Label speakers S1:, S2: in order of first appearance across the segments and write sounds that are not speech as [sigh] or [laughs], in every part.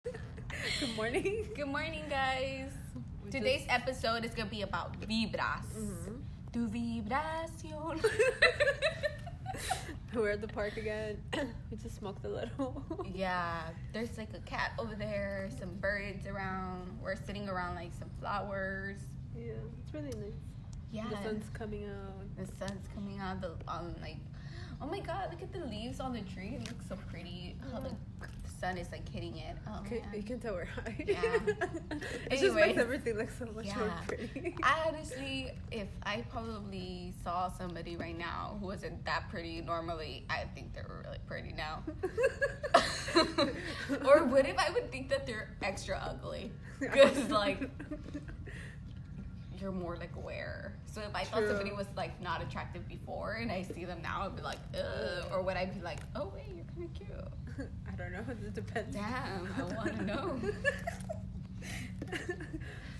S1: [laughs] Good morning.
S2: Good morning, guys. Today's episode is gonna be about vibras.
S1: Mm-hmm.
S2: Tu vibración.
S1: [laughs] We're at the park
S2: [coughs]
S1: again. we just smoked a little. [laughs]
S2: yeah, there's like a cat over there, some birds around. We're sitting around like some flowers.
S1: yeah, it's really nice.
S2: Yeah,
S1: The sun's coming out.
S2: the sun's coming out. The on like, oh my god, look at the leaves on the tree. It looks so pretty. How the, the sun is like hitting it. Oh,
S1: Okay,
S2: man.
S1: you can tell we're high.
S2: Yeah.
S1: [laughs] it just
S2: Anyways.
S1: makes everything look so much more
S2: Yeah.
S1: pretty. [laughs]
S2: I honestly, if I probably saw somebody right now who wasn't that pretty normally, I think they're really pretty now. [laughs]
S1: [laughs]
S2: or what if I would think that they're extra ugly? Because, like, you're more like aware. So if I thought
S1: True.
S2: somebody was like not attractive before and I see them now, I'd be like, ugh. Or would I be like, oh wait, you're kind of cute?
S1: [laughs] I don't know. It depends.
S2: Damn, I want to know.
S1: [laughs]
S2: [laughs]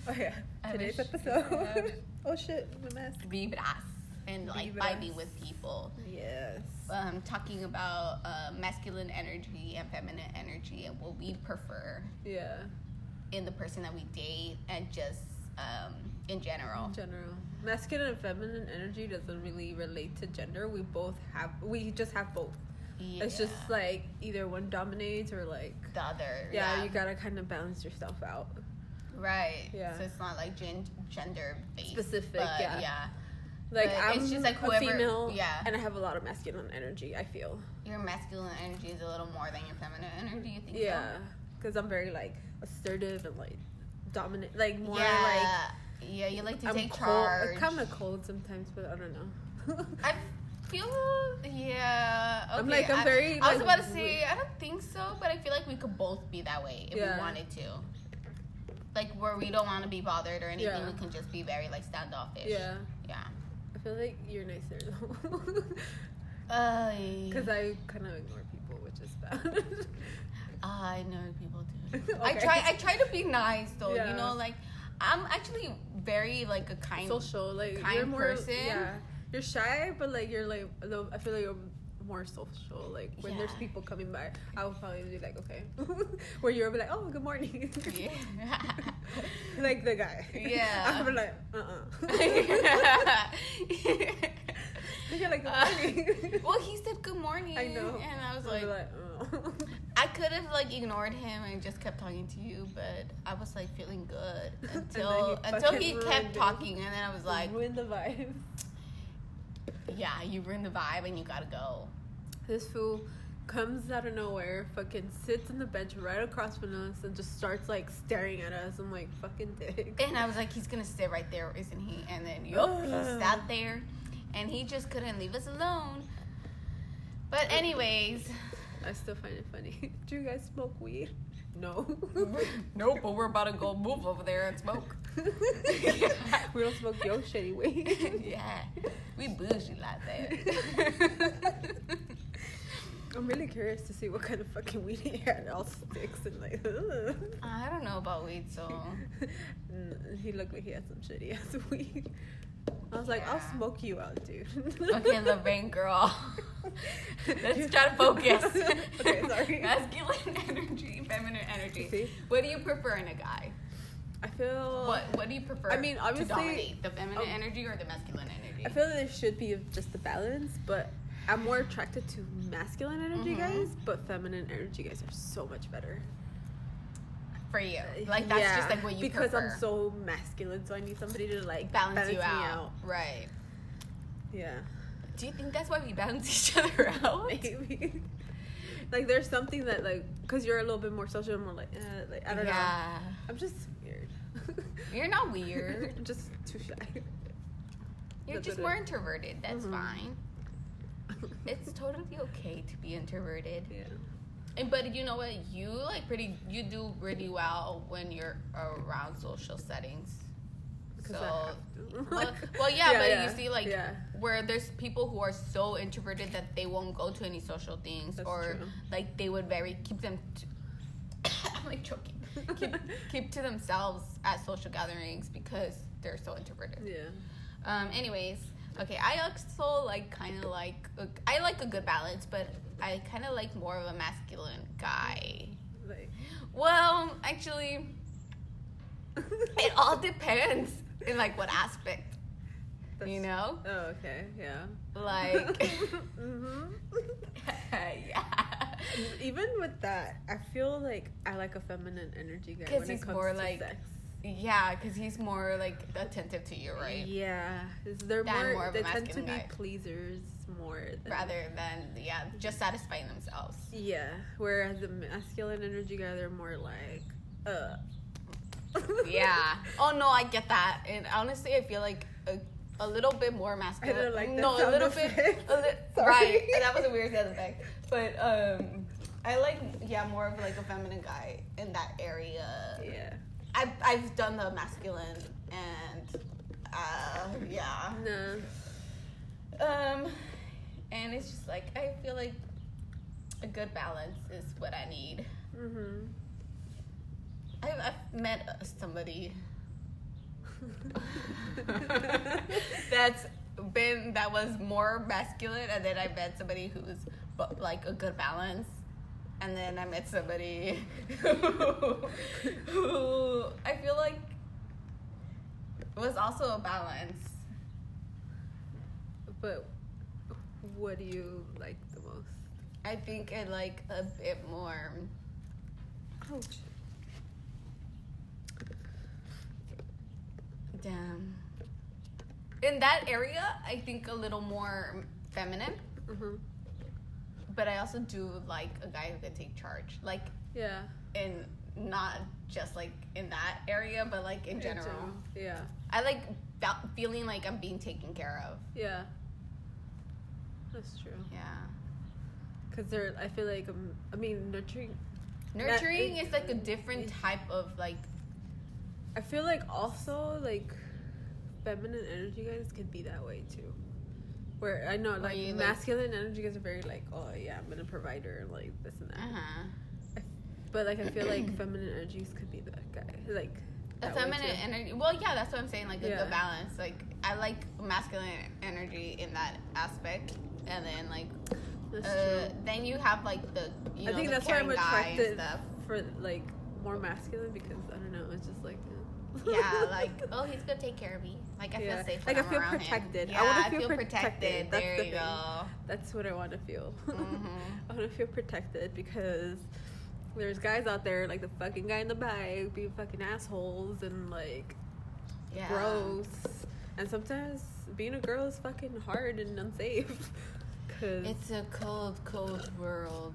S1: oh yeah.
S2: I
S1: Today's
S2: wish-
S1: episode. [laughs] oh shit, we messed.
S2: Vibras and like vibing
S1: Vibras.
S2: with people.
S1: Yes.
S2: um, talking about uh, masculine energy and feminine energy and what we prefer
S1: Yeah.
S2: in the person that we date and just um, in general.
S1: In general, masculine and feminine energy doesn't really relate to gender. We both have, we just have both.
S2: Yeah.
S1: It's just like either one dominates or like,
S2: the other.
S1: yeah, you gotta kind of balance yourself out.
S2: right.
S1: Yeah.
S2: So it's not like gen- gender based.
S1: Specific,
S2: but
S1: yeah.
S2: yeah.
S1: Like
S2: But
S1: I'm
S2: it's just, like,
S1: a
S2: whoever-
S1: female,
S2: yeah.
S1: and I have a lot of masculine energy. I feel,
S2: Your masculine energy is a little more than your feminine energy. You think?
S1: yeah, because I'm very like assertive and like dominant, like
S2: So?
S1: more like
S2: yeah. yeah. You like to
S1: I'm
S2: take
S1: cold.
S2: charge.
S1: I'm kind of cold sometimes, but I don't know. [laughs]
S2: I feel yeah. Okay.
S1: I'm like, I'm
S2: I-
S1: very,
S2: I was
S1: like,
S2: about to say I don't think so, but I feel like we could both be that way if
S1: Yeah.
S2: we wanted to. Like where we don't want to be bothered or anything,
S1: Yeah.
S2: we can just be very like standoffish.
S1: yeah,
S2: Yeah.
S1: I feel like you're nicer though. [laughs] Because
S2: I,
S1: I kind of ignore people, which is bad.
S2: [laughs]
S1: [laughs]
S2: I know people do. I
S1: Okay.
S2: try. I try to be nice though.
S1: Yeah.
S2: You know, like I'm actually very like a kind. [laughs]
S1: social, like
S2: kind
S1: you're more,
S2: person.
S1: Yeah, you're shy, but like you're like a little- I feel like you're more social. Like when there's
S2: Yeah.
S1: people coming by, I will probably be like, okay, [laughs] where you'll be like, oh, good morning, [laughs]
S2: Yeah.
S1: like the guy.
S2: Yeah.
S1: [laughs] I'm like, uh, uh [laughs] you're like,
S2: Uh,
S1: good morning. [laughs]
S2: [laughs] well, he said good morning.
S1: I know.
S2: And I was
S1: I'll be
S2: like,
S1: [laughs] "Uh."
S2: I could have like ignored him and just kept talking to you, but I was like feeling good
S1: [laughs] And
S2: until
S1: then he
S2: until
S1: fucking
S2: he
S1: ruined
S2: kept
S1: it.
S2: talking, and then I was like,
S1: ruin the vibe.
S2: "Yeah, you ruined the vibe, and you gotta go."
S1: This fool comes out of nowhere, fucking sits on the bench right across from us, and just starts like staring at us. I'm like, fucking dick.
S2: And I was like, "He's gonna sit right there, isn't he?" And then yup, he sat there, and he just couldn't leave us alone. But anyways,
S1: I still find it funny. [laughs] Do you guys smoke weed? No.
S2: [laughs]
S1: [laughs]
S2: nope. But we're about to go move over there and smoke.
S1: we don't smoke your shitty weed.
S2: [laughs] yeah, we bougie like [laughs] that.
S1: [laughs] I'm really curious to see what kind of fucking weed he had. All sticks and like. [laughs] ugh.
S2: I don't know about weed, so.
S1: Mm, he looked like he had some shitty ass [laughs] weed. I was like, I'll
S2: Yeah.
S1: smoke you out, dude.
S2: Okay, Lorraine [laughs] girl. Let's try to [laughs] focus.
S1: okay, sorry.
S2: [laughs] Masculine energy, feminine energy.
S1: See?
S2: What do you prefer in a guy?
S1: [laughs] I feel.
S2: What What do you prefer?
S1: I mean, obviously-
S2: to dominate the feminine
S1: um,
S2: energy or the masculine energy?
S1: I feel that there should be just a balance, but I'm more attracted to masculine energy
S2: Mhm.
S1: guys, but feminine energy guys are so much better.
S2: for you, like that's
S1: Yeah,
S2: just like what you
S1: because
S2: prefer.
S1: I'm so masculine, so I need somebody to like
S2: balance, you
S1: me
S2: out. right?
S1: Yeah,
S2: Do you think that's why we balance [laughs] each other out?
S1: maybe. [laughs] like there's something that like because you're a little bit more social, and more like uh, like I don't know.
S2: yeah.
S1: I'm just weird. [laughs]
S2: You're not weird.
S1: I'm [laughs] just too shy.
S2: You're
S1: That's what
S2: just
S1: it
S2: more
S1: is.
S2: introverted. That's
S1: Mhm.
S2: fine. It's totally okay to be introverted.
S1: [laughs] yeah.
S2: And but you know what? You like pretty. You do really well when you're around social settings. So,
S1: Because I have to. [laughs]
S2: well, well, yeah,
S1: Yeah,
S2: but
S1: yeah,
S2: you see, like,
S1: yeah.
S2: where there's people who are so introverted that they won't go to any social things,
S1: That's
S2: or
S1: true.
S2: like they would very keep them. T- [coughs] I'm like choking.
S1: [laughs]
S2: keep, keep to themselves at social gatherings because they're so introverted.
S1: Yeah.
S2: Um, anyways, okay, I also like kind of like a, I like a good balance, but I kind of like more of a masculine guy.
S1: Like [laughs]
S2: Well, Actually, it all [laughs] depends in like what aspect. you
S1: [laughs]
S2: know,
S1: Oh, okay. Yeah. [laughs]
S2: like [laughs]
S1: hmm [laughs]
S2: yeah,
S1: Even with that, I feel like I like a feminine energy guy
S2: 'Cause
S1: when
S2: he's
S1: it comes
S2: more
S1: to
S2: like-
S1: sex.
S2: yeah, because he's more like attentive to you, right?
S1: Yeah, 'cause they're
S2: Than
S1: more,
S2: more of a
S1: they tend to
S2: masculine
S1: be
S2: guy.
S1: pleasers more than
S2: Rather than yeah, just satisfying themselves.
S1: Yeah, whereas the masculine energy guy, they're more like, uh.
S2: Yeah. Oh no, I get that, and honestly, I feel like a, a little bit more
S1: I
S2: masculine.
S1: don't like that.
S2: no, a
S1: sound
S2: little bit.
S1: effect.
S2: A li-
S1: [laughs] Sorry.
S2: Right, and that was a weird sound effect. But um, I like yeah more of like a feminine guy in that area.
S1: [laughs] Yeah.
S2: I've I've done the masculine and uh yeah
S1: No.
S2: um, and it's just like I feel like a good balance is what I need.
S1: Mm-hmm. [laughs]
S2: I've, I've met uh, somebody [laughs] that's been that was more masculine and then i met somebody who's bu- like a good balance and then i met somebody [laughs] who, who i feel like was also a balance
S1: but what do you like the most?
S2: i think i like a bit more
S1: Ouch.
S2: damn in that area i think a little more feminine
S1: Mm-hmm.
S2: but i also do like a guy who can take charge like
S1: Yeah.
S2: in not just like in that area, but like in general.
S1: Yeah.
S2: I like that feeling like I'm being taken care of.
S1: Yeah. That's true.
S2: Yeah.
S1: Cause they're, I feel like, um, I mean, nurturing.
S2: Nurturing
S1: it-
S2: is like a different type of like
S1: I feel like also like feminine energy guys can be that way too. Where I know
S2: Where
S1: like
S2: you, like-
S1: masculine energy guys are very like, oh yeah, I'm gonna provider and like this and that.
S2: uh-huh.
S1: But like I feel
S2: [clears throat]
S1: like feminine energies could be that guy. Like
S2: a
S1: that way,
S2: feminine
S1: too.
S2: energy. Well, yeah, that's what I'm saying. Like a
S1: Yeah.
S2: good balance. Like I like masculine energy in that aspect, and then like
S1: That's
S2: uh, then you have like the you
S1: I
S2: know
S1: think
S2: the
S1: that's why
S2: caring
S1: I'm
S2: guy and
S1: attracted [laughs]
S2: stuff.
S1: true. For like more masculine because I don't know, it's just like eh.
S2: yeah,
S1: [laughs]
S2: like [laughs] oh, he's gonna take care of me. Like I
S1: Yeah.
S2: feel safe.
S1: Like,
S2: when
S1: I
S2: I'm
S1: feel
S2: around him.
S1: protected. I
S2: Yeah,
S1: wanna
S2: I
S1: feel
S2: feel protected.
S1: protected. That's
S2: There
S1: the
S2: you
S1: thing.
S2: go.
S1: that's what I want to feel.
S2: Mhm.
S1: [laughs] I want to feel protected because there's guys out there like the fucking guy in the bag being fucking assholes and like
S2: Yeah.
S1: gross. And sometimes being a girl is fucking hard and unsafe. [laughs] Cause,
S2: It's a cold, cold world.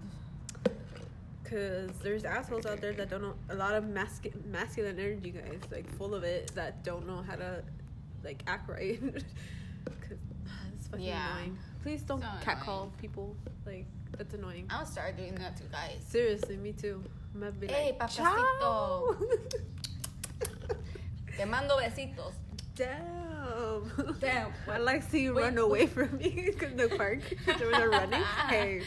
S1: 'cause there's assholes out there that don't know a lot of mascu- masculine energy guys like full of it that don't know how to like act right. [laughs] Cause ah, it's fucking
S2: Yeah.
S1: annoying. Please don't
S2: So annoying.
S1: catcall people. Like that's annoying.
S2: I'll start doing that to guys.
S1: Seriously, me too. I'm gonna be
S2: Hey,
S1: like,
S2: papacito.
S1: "Ciao." [laughs]
S2: Te mando besitos.
S1: Damn.
S2: Damn.
S1: I like see you
S2: Wait,
S1: run
S2: wait.
S1: away from me [laughs] in the
S2: [laughs]
S1: park. So when they're running, hey.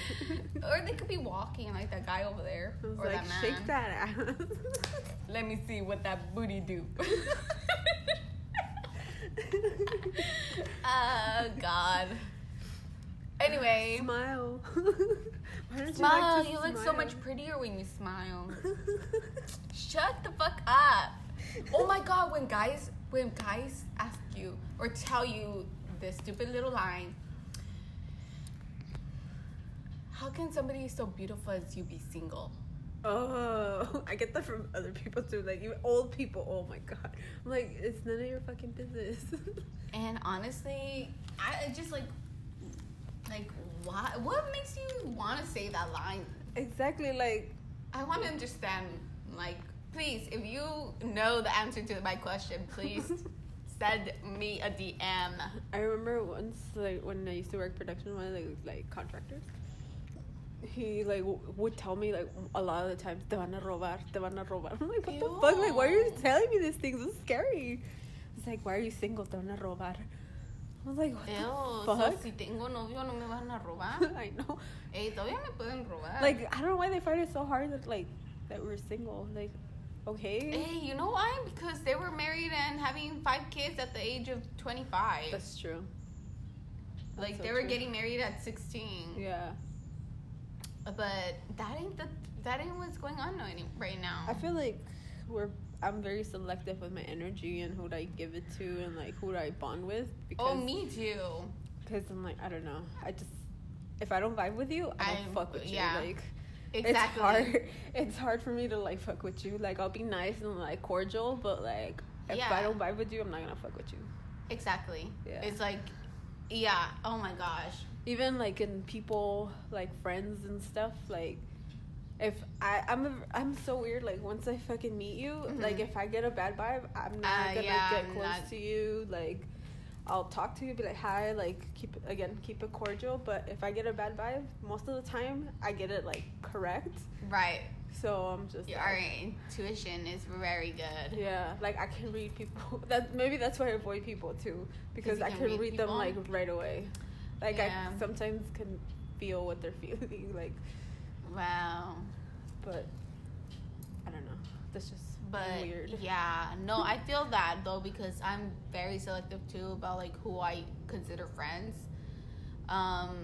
S2: Or they could be walking like that guy over there.
S1: I was
S2: or
S1: like,
S2: that man.
S1: shake that
S2: [laughs]
S1: ass.
S2: Let me see what that booty [laughs] do. [laughs] oh God. Anyway,
S1: smile. [laughs] Why don't
S2: smile.
S1: to
S2: you look so much prettier when you smile. Shut the fuck up. [laughs] Oh my god, when guys when guys ask you or tell you this stupid little line, how can somebody so beautiful as you be single?
S1: Oh, I get that from other people too. Like you old people. Oh my god. I'm like, it's none of your fucking business. [laughs]
S2: And honestly, I I just like like why what makes you want to say that line?
S1: exactly. Like
S2: I want to understand like please if you know the answer to my question,
S1: [laughs]
S2: please send me a DM.
S1: I remember once, like when I used to work production, one of the like contractors, he like w- would tell me like a lot of the times, "Te van a robar, te van a robar." [laughs] I'm like, what the fuck? Like, why are you
S2: Ew.
S1: telling me these things? This is scary. It's like, why are you single? Te van a robar. I was like, what [laughs]
S2: Ew, Ah.
S1: the
S2: so si tengo novio no me van a
S1: [laughs]
S2: robar.
S1: fuck? I know.
S2: Ey, todavía me pueden robar.
S1: Like, I don't know why they find it so hard that like that we're single. Like, okay,
S2: hey, you know why? Because they were married and having five kids at the age of 25.
S1: that's true. That's
S2: Eh. like
S1: so
S2: they were
S1: true.
S2: getting married at 16.
S1: Yeah,
S2: But that ain't the that ain't what's going on no- any- right now.
S1: I feel like where I'm very selective with my energy and who do I give it to and like who do I bond with because
S2: oh, me too.
S1: because I'm like I don't know I just if I don't vibe with you I don't
S2: I'm-
S1: fuck with
S2: yeah.
S1: you like
S2: Exactly.
S1: it's hard [laughs] it's hard for me to like fuck with you like I'll be nice and like cordial but like if
S2: Yeah.
S1: I don't vibe with you I'm not gonna fuck with you
S2: Exactly.
S1: Yeah.
S2: It's like, yeah. Oh my gosh.
S1: even like in people like friends and stuff like if I I'm a, I'm so weird like once I fucking meet you like if I get a bad vibe I'm not
S2: Mm-hmm. Uh,
S1: gonna
S2: yeah,
S1: get
S2: I'm
S1: close
S2: not-
S1: to you like I'll talk to you be like hi like keep again keep it cordial but if I get a bad vibe most of the time I get it like correct
S2: Right.
S1: so I'm just
S2: Your
S1: like,
S2: our intuition is very good.
S1: yeah like I can read people [laughs] that maybe that's why I avoid people too because
S2: you
S1: I
S2: can
S1: can
S2: read
S1: read, them
S2: people?
S1: like right away like
S2: Yeah.
S1: I sometimes can feel what they're [laughs] feeling like
S2: Wow.
S1: but I don't know. That's just
S2: But
S1: weird.
S2: yeah, no,
S1: [laughs]
S2: I feel that though because I'm very selective too about like who I consider friends. Um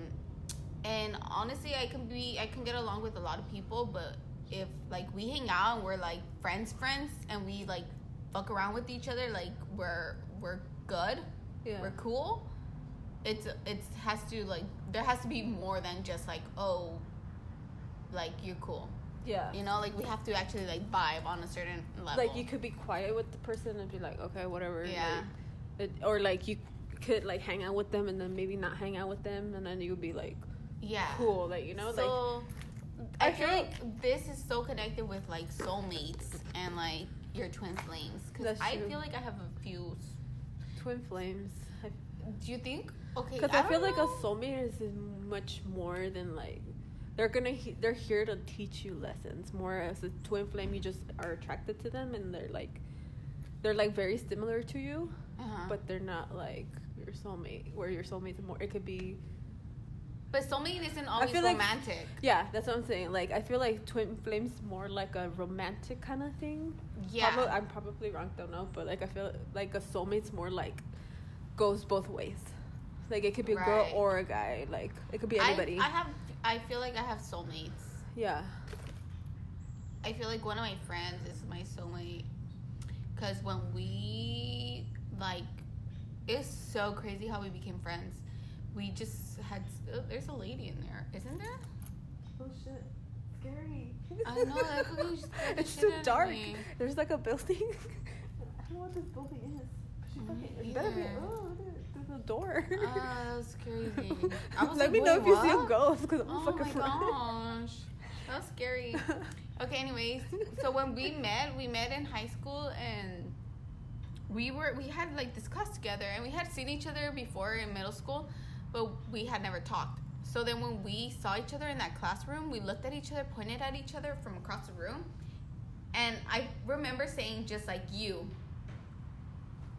S2: and honestly, I can be I can get along with a lot of people, but if like we hang out and we're like friends friends and we like fuck around with each other, like we're we're good.
S1: Yeah.
S2: We're cool. It's it's has to like there has to be more than just like oh like you're cool.
S1: yeah.
S2: You know, like we have to actually like vibe on a certain level.
S1: Like you could be quiet with the person and be like, okay, whatever.
S2: Yeah.
S1: like, it, or like you could like hang out with them and then maybe not hang out with them and then you would be like
S2: yeah.
S1: cool, like you know, like
S2: so I,
S1: I
S2: feel
S1: feel-
S2: like this is so connected with like soulmates and like your twin flames. Because
S1: That's
S2: I
S1: true.
S2: feel like I have a few.
S1: twin flames.
S2: Do you think? Okay.
S1: Because I,
S2: don't
S1: feel like a
S2: know.
S1: soulmate is much more than like. They're gonna. He- they're here to teach you lessons. More as a twin flame, you just are attracted to them, and they're like, they're like very similar to you.
S2: Uh-huh. But
S1: but they're not like your soulmate where your soulmate's more it could be
S2: but soulmate isn't always
S1: feel like-
S2: romantic.
S1: yeah that's what i'm saying like i feel like twin flames more like a romantic kind of thing
S2: yeah.
S1: Probab- i'm probably wrong don't know but like i feel like a soulmate's more like goes both ways like it could be a girl
S2: Right.
S1: or a guy like it could be anybody
S2: I, I have. I feel like I have soulmates.
S1: yeah
S2: I feel like one of my friends is my soulmate because when we like, it's so crazy how we became friends. We just had. oh, there's a lady in there, isn't there?
S1: oh shit scary
S2: I know, that could
S1: [laughs]
S2: be scared the
S1: it's
S2: shit
S1: so
S2: out of
S1: dark
S2: me.
S1: there's like a building [laughs] i don't know what this building is She
S2: Me
S1: fucking- it better be
S2: either.
S1: oh there's a door
S2: Uh, that was
S1: [laughs]
S2: crazy. I was
S1: Let
S2: like,
S1: me know
S2: "Wait,
S1: if you see a
S2: what?"
S1: ghost, because I'm
S2: Oh my
S1: fucking [laughs] running.
S2: gosh, that was
S1: [laughs]
S2: scary. Okay, anyways, so when we met, we met in high school and we were we had like this class together and we had seen each other before in middle school, but we had never talked. So then when we saw each other in that classroom, we looked at each other, pointed at each other from across the room, and I remember saying just like you.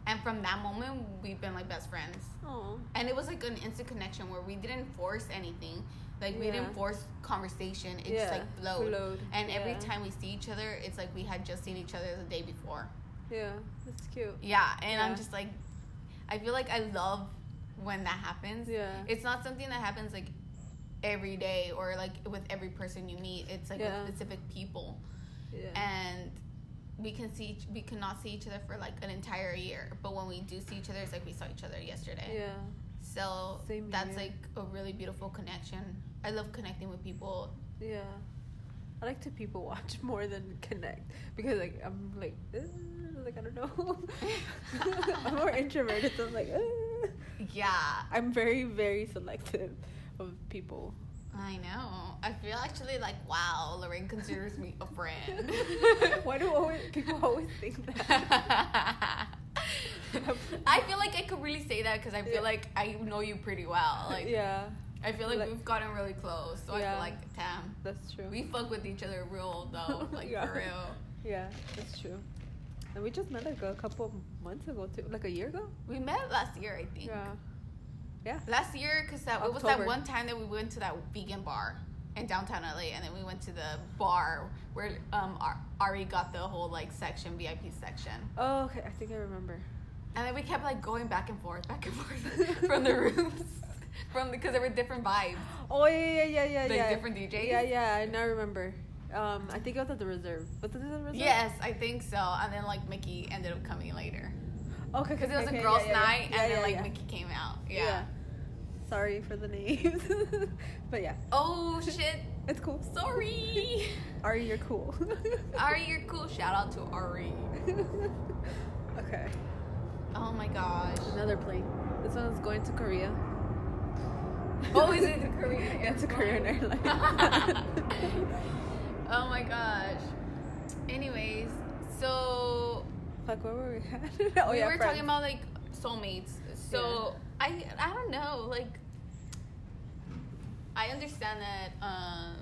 S2: And from that moment, we've been like best friends
S1: Aw.
S2: and it was like an instant connection where we didn't force anything like we
S1: Yeah.
S2: didn't force conversation it just
S1: Yeah,
S2: like flowed,
S1: flowed,
S2: and every
S1: yeah.
S2: time we see each other it's like we had just seen each other the day before
S1: yeah, that's cute.
S2: yeah and i'm
S1: Yeah.
S2: just like i feel like i love when that happens
S1: Yeah.
S2: it's not something that happens like every day or like with every person you meet it's like
S1: Yeah.
S2: with specific people
S1: yeah.
S2: and we can see each, we cannot see each other for like an entire year but when we do see each other it's like we saw each other yesterday
S1: yeah.
S2: so
S1: Same
S2: that's
S1: here.
S2: like a really beautiful connection. I love connecting with people.
S1: Yeah. I like to people watch [laughs] more than connect because like I'm like "Uh," like I don't know. [laughs] I'm
S2: [laughs]
S1: more introverted, so I'm like "Uh."
S2: Yeah,
S1: I'm very very selective of people.
S2: I know. I feel actually like wow, Lorraine considers me a friend.
S1: [laughs] Why do
S2: [laughs]
S1: always people always think that?
S2: I feel like I could really say that because I feel
S1: Yeah.
S2: like I know you pretty well. [laughs] Like
S1: yeah,
S2: I feel like,
S1: Like-
S2: we've gotten really close. So I
S1: Yeah.
S2: feel like damn,
S1: that's true.
S2: we fuck with each other real though,
S1: [laughs]
S2: like
S1: Yeah.
S2: for real.
S1: yeah, that's true. And we just met like a couple of months ago too, like a year ago.
S2: We met last year, I think.
S1: Yeah. Yeah.
S2: Last year, because that it was that
S1: October.
S2: one time that we went to that vegan bar in downtown LA, and then we went to the bar where um Ar- Ari got the whole like section VIP section,
S1: Oh, okay. I think I remember.
S2: and then we kept like going back and forth, back and forth [laughs] from the rooms, from because there were different vibes.
S1: Oh yeah, yeah, yeah, yeah.
S2: Like
S1: yeah.
S2: different DJs?
S1: Yeah, yeah. I now remember. Um, I think it was at the reserve. Was it at the reserve?
S2: Yes, I think so. And then like Mickey ended up coming later
S1: Okay,
S2: because it was
S1: okay,
S2: a
S1: okay,
S2: girls'
S1: yeah, yeah, yeah.
S2: night,
S1: Yeah, yeah,
S2: and then like
S1: yeah.
S2: Mickey came out. Yeah.
S1: Sorry for the names, [laughs] but yeah,
S2: Oh shit!
S1: it's cool.
S2: Sorry.
S1: [laughs] Ari, you're
S2: [laughs]
S1: cool. [laughs]
S2: Ari, you're cool. Shout out to Ari.
S1: okay.
S2: Oh my gosh.
S1: Another plane. This one's going to Korea.
S2: Oh, is it the Korean
S1: yeah, [laughs] it's a Korean airline.
S2: [laughs] Oh my gosh. Anyways, so
S1: [laughs] Fuck, where were we at? [laughs] oh,
S2: we
S1: yeah,
S2: were
S1: friends.
S2: talking about like soulmates. So I I don't know like I understand that um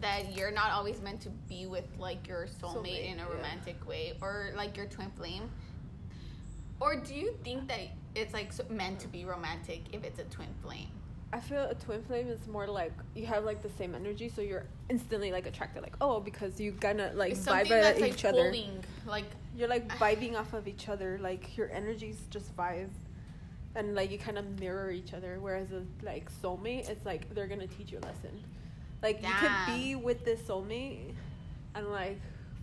S2: that you're not always meant to be with like your soulmate,
S1: Soulmate,
S2: in a
S1: yeah.
S2: romantic way or like your twin flame. Or do you think that it's like so- meant to be romantic if it's a twin flame?
S1: I feel a twin flame is more like you have like the same energy, so you're instantly like attracted, like oh, because you gonna like
S2: It's
S1: vibe
S2: something
S1: at
S2: that's
S1: each
S2: like
S1: other.
S2: pulling, like
S1: You're like vibing off of each other, like your energies just vibe, and like you kind of mirror each other. Whereas a like soulmate, it's like they're gonna teach you a lesson. Like you could
S2: Damn.
S1: be with this soulmate, and like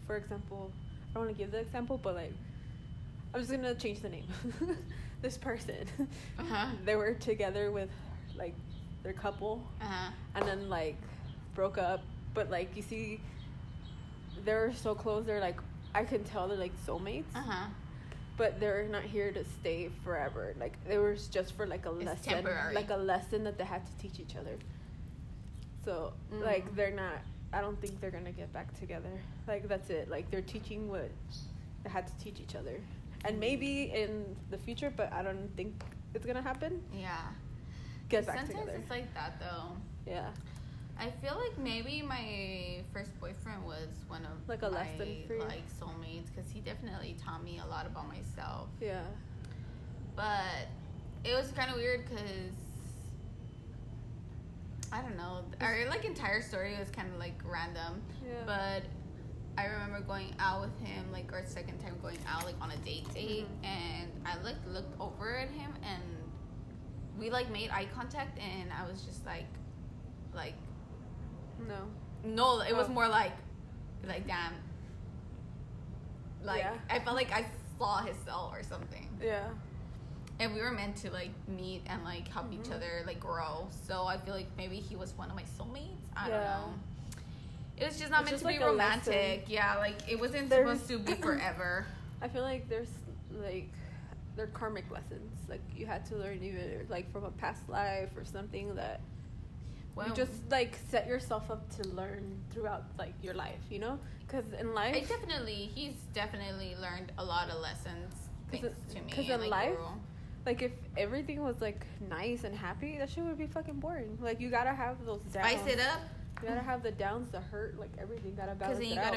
S1: for example, I don't want to give the example, but like I'm just gonna change the name. [laughs] this person,
S2: Uh-huh.
S1: [laughs] they were together with like their couple,
S2: uh
S1: and then like broke up but like you see they're so close they're like i can tell they're like soulmates
S2: uh huh.
S1: but they're not here to stay forever like it was just for like a
S2: It's
S1: lesson
S2: temporary.
S1: like a lesson that they had to teach each other so like
S2: Mm.
S1: they're not i don't think they're gonna get back together like that's it like they're teaching what they had to teach each other and maybe in the future but i don't think it's gonna happen
S2: Yeah.
S1: get back
S2: Sometimes
S1: together
S2: it's like that though.
S1: yeah
S2: I feel like maybe my first boyfriend was one of
S1: Like a
S2: my,
S1: lesson for you.
S2: like soulmates because he definitely taught me a lot about myself.
S1: yeah
S2: But it was kind of weird because I don't know. Our like entire story was kind of like random.
S1: Yeah.
S2: But I remember going out with him like our second time going out like on a date date,
S1: Mhm.
S2: and I like looked over at him and we like made eye contact, and I was just like, like
S1: no
S2: no, it was
S1: Oh.
S2: more like, like damn. Like
S1: Yeah.
S2: I felt like I saw his cell or something,
S1: yeah
S2: and we were meant to like meet and like help each
S1: Mhm.
S2: other like grow. So I feel like maybe he was one of my soulmates. I don't
S1: Yeah.
S2: know. It was just not
S1: It's just
S2: meant to be
S1: like a
S2: romantic. Yeah, like it wasn't
S1: There's-
S2: supposed
S1: [coughs]
S2: to be forever.
S1: I feel like there's like they're karmic lessons. Like you had to learn either like from a past life or something that
S2: Well,
S1: you just like set yourself up to learn throughout like your life, you know? Because in
S2: I
S1: life,
S2: definitely he's definitely learned a lot of lessons
S1: 'Cause
S2: thanks
S1: it-
S2: to me.
S1: 'cause
S2: and,
S1: in
S2: like,
S1: life-
S2: grew.
S1: like if everything was like nice and happy, that shit would be fucking boring. Like you gotta have those downs.
S2: spice it up
S1: You gotta have the downs, the hurt, like everything. Gotta
S2: Because
S1: balance
S2: then you
S1: it out.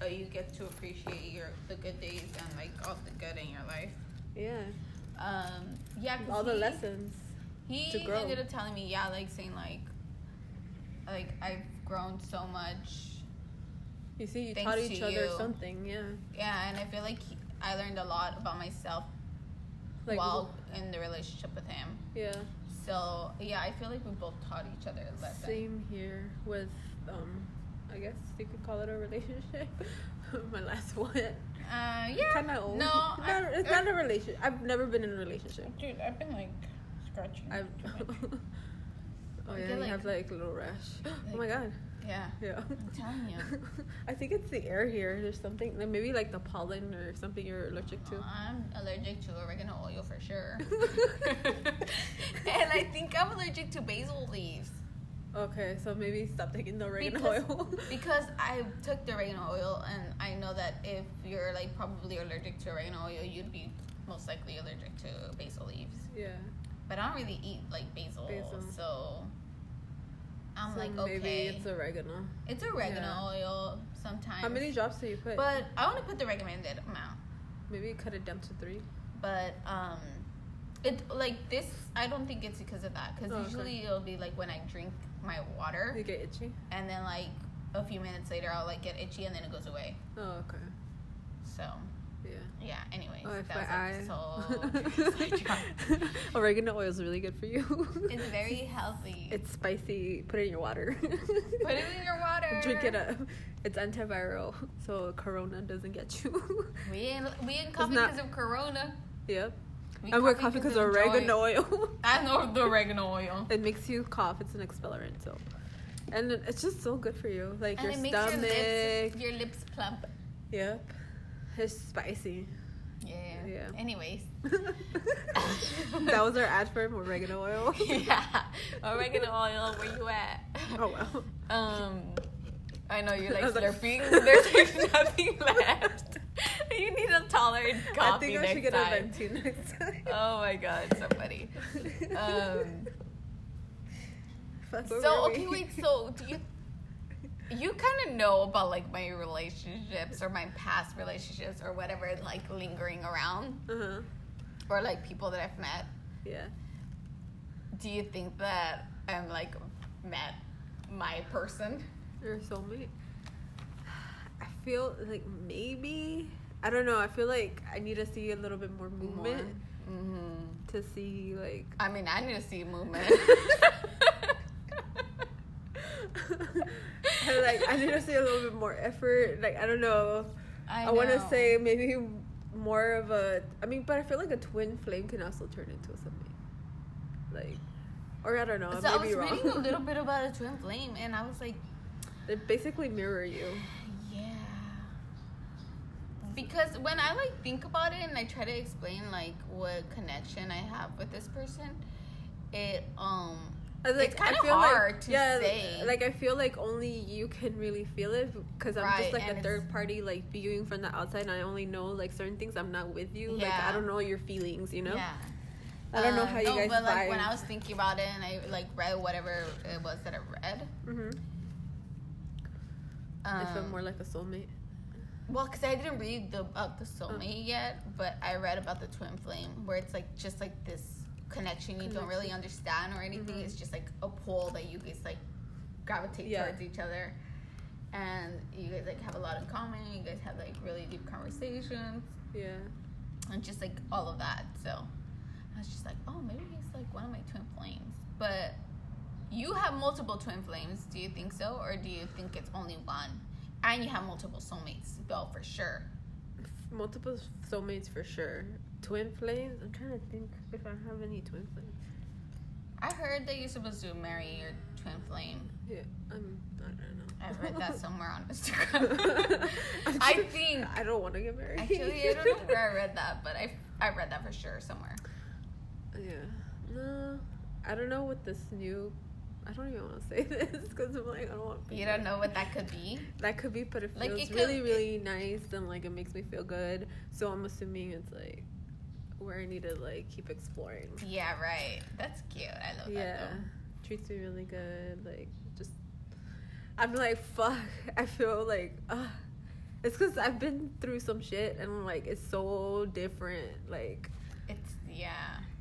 S2: gotta, uh, you get to appreciate your the good days and like all the good in your life.
S1: Yeah,
S2: Um, yeah, 'cause
S1: all the
S2: he-
S1: lessons.
S2: He
S1: to grow.
S2: ended up telling me, yeah, like saying like, like I've grown so much.
S1: You see, you
S2: Thanks
S1: taught
S2: to
S1: each other
S2: you.
S1: something. Yeah,
S2: Yeah, and I feel like he, I learned a lot about myself
S1: like
S2: while in the relationship with him.
S1: yeah.
S2: So yeah, I feel like we both taught each other a lesson.
S1: Same here with, um, I guess you could call it a relationship. [laughs] My last one.
S2: Uh, yeah.
S1: Kind of old.
S2: No,
S1: Not-
S2: I-
S1: [laughs] it's not a relationship. I've never been in a relationship.
S2: Dude, I've been like scratching.
S1: I've. [laughs] oh
S2: You
S1: yeah,
S2: get,
S1: you
S2: like-
S1: have like a little rash. [gasps] oh my god.
S2: [laughs] yeah.
S1: Yeah.
S2: I'm telling you.
S1: [laughs] I think it's the air here. There's something, like, maybe like the pollen or something you're allergic to.
S2: I'm allergic to oregano oil for sure. [laughs] and I think I'm allergic to basil leaves.
S1: [laughs] Okay, so maybe stop taking the oregano
S2: because, [laughs]
S1: oil. [laughs]
S2: because I took the oregano oil and I know that if you're like probably allergic to oregano oil, you'd be most likely allergic to basil leaves.
S1: yeah.
S2: But I don't really eat like basil,
S1: Basil.
S2: so I'm
S1: So
S2: like
S1: maybe
S2: okay.
S1: it's oregano.
S2: It's oregano
S1: Yeah.
S2: oil sometimes.
S1: How many drops do you put?
S2: But I want to put the recommended amount.
S1: maybe cut it down to three.
S2: But um, it like this. I don't think it's because of that. Because
S1: Oh, okay.
S2: usually it'll be like when I drink my
S1: You
S2: water,
S1: get itchy.
S2: and then like a few minutes later I'll like get itchy, and then it goes away.
S1: Oh okay.
S2: So
S1: Oh, Yeah.
S2: Yeah, anyways,
S1: Oh,
S2: that
S1: [laughs]
S2: was like so
S1: FYI. Oregano oil is really good for you.
S2: [laughs] It's very healthy.
S1: [laughs] It's spicy. Put it in your water.
S2: Put it in your water.
S1: [laughs] Drink it up. It's antiviral, so Corona doesn't get you. [laughs]
S2: We ain't, we ain't coughing
S1: not-
S2: because of Corona.
S1: yep. and we're coughing because of
S2: joy.
S1: oregano oil. [laughs]
S2: I know the oregano oil.
S1: it makes you cough. It's an accelerant, so. And it- it's just so good for you, like
S2: and it
S1: your
S2: makes
S1: stomach.
S2: your lips, your lips plump.
S1: Yep. It's spicy.
S2: Yeah.
S1: Yeah.
S2: Anyways. [laughs]
S1: that was our ad for oregano oil.
S2: yeah. Oregano oil, where you at?
S1: Oh well.
S2: Um, I know you're
S1: [laughs]
S2: like
S1: I was like-
S2: slurping. There's like nothing left. [laughs] you need a tolerant
S1: I think
S2: coffee
S1: I
S2: next
S1: should get
S2: time.
S1: a venti next time.
S2: Oh my god, somebody. Um,
S1: Fuck, where
S2: so
S1: were
S2: okay,
S1: we?
S2: wait. So do you you kind of know about like my relationships or my past relationships or whatever like lingering around
S1: Uh-huh.
S2: or like people that I've met.
S1: Yeah.
S2: Do you think that I'm like met my person?
S1: Your soulmate. I feel like maybe I don't know. I feel like I need to see a little bit more movement
S2: Mm-hmm.
S1: to see like. [laughs]
S2: I mean, I need to see movement. [laughs]
S1: I, like I need to see a little bit more effort. Like I don't know. I, want to
S2: know.
S1: say maybe more of a. I mean, but I feel like a twin flame can also turn into something. Like, or I don't know.
S2: So I
S1: I may
S2: was
S1: be wrong.
S2: reading a little bit about a twin flame, and I was like,
S1: [laughs] they basically mirror you.
S2: yeah. Because when I like think about it and I try to explain like what connection I have with this person, it um
S1: I was like,
S2: It's kinda
S1: I feel
S2: hard
S1: like,
S2: to
S1: yeah,
S2: say.
S1: Like I feel like only you can really feel it because I'm
S2: Right,
S1: just like
S2: and
S1: a
S2: it's-
S1: third party, like viewing from the outside, and I only know like certain things. I'm not with you. Like
S2: Yeah.
S1: I don't know your feelings. You know.
S2: yeah.
S1: I don't know
S2: Um,
S1: how you
S2: no,
S1: guys
S2: but like when
S1: vibe.
S2: I was thinking about it and I like read whatever it was that I read.
S1: hmm
S2: Um,
S1: I feel more like a soulmate.
S2: Well, because I didn't read the, about the soulmate yet, but I read about the twin flame, where it's like just like this connection you don't really understand or anything.
S1: Mhm.
S2: It's just like a pull that you guys like gravitate
S1: Yeah.
S2: towards each other, and you guys like have a lot in common. You guys have like really deep conversations
S1: Yeah.
S2: and just like all of that. So I was just like, oh, maybe he's like one of my twin flames, but. You have multiple twin flames. Do you think so, or do you think it's only one? And you have multiple soulmates, though, for sure.
S1: Multiple soulmates for sure. Twin flames. I'm trying to think if I have any twin flames.
S2: I heard that you're supposed to marry your twin flame.
S1: Yeah, I'm. I don't know.
S2: I read
S1: [laughs]
S2: that somewhere on Instagram. [laughs]
S1: I'm
S2: I
S1: just-
S2: think
S1: I don't want to get married.
S2: actually I don't
S1: [laughs]
S2: know where I read that, but I I read that for sure somewhere.
S1: Yeah. No, I don't know what this new. I don't even want to say [laughs] this because I'm like I don't want.
S2: You don't know what that could be.
S1: That could be, but it
S2: Like,
S1: feels
S2: it could-
S1: really, really nice and like it makes me feel good. So I'm assuming it's like where I need to like keep exploring.
S2: Yeah, right. That's cute. I love
S1: Yeah,
S2: that
S1: treats me really good. Like just, I'm like fuck. [laughs] I feel like uh, it's because I've been through some shit and like it's so different. Like
S2: though. It's yeah.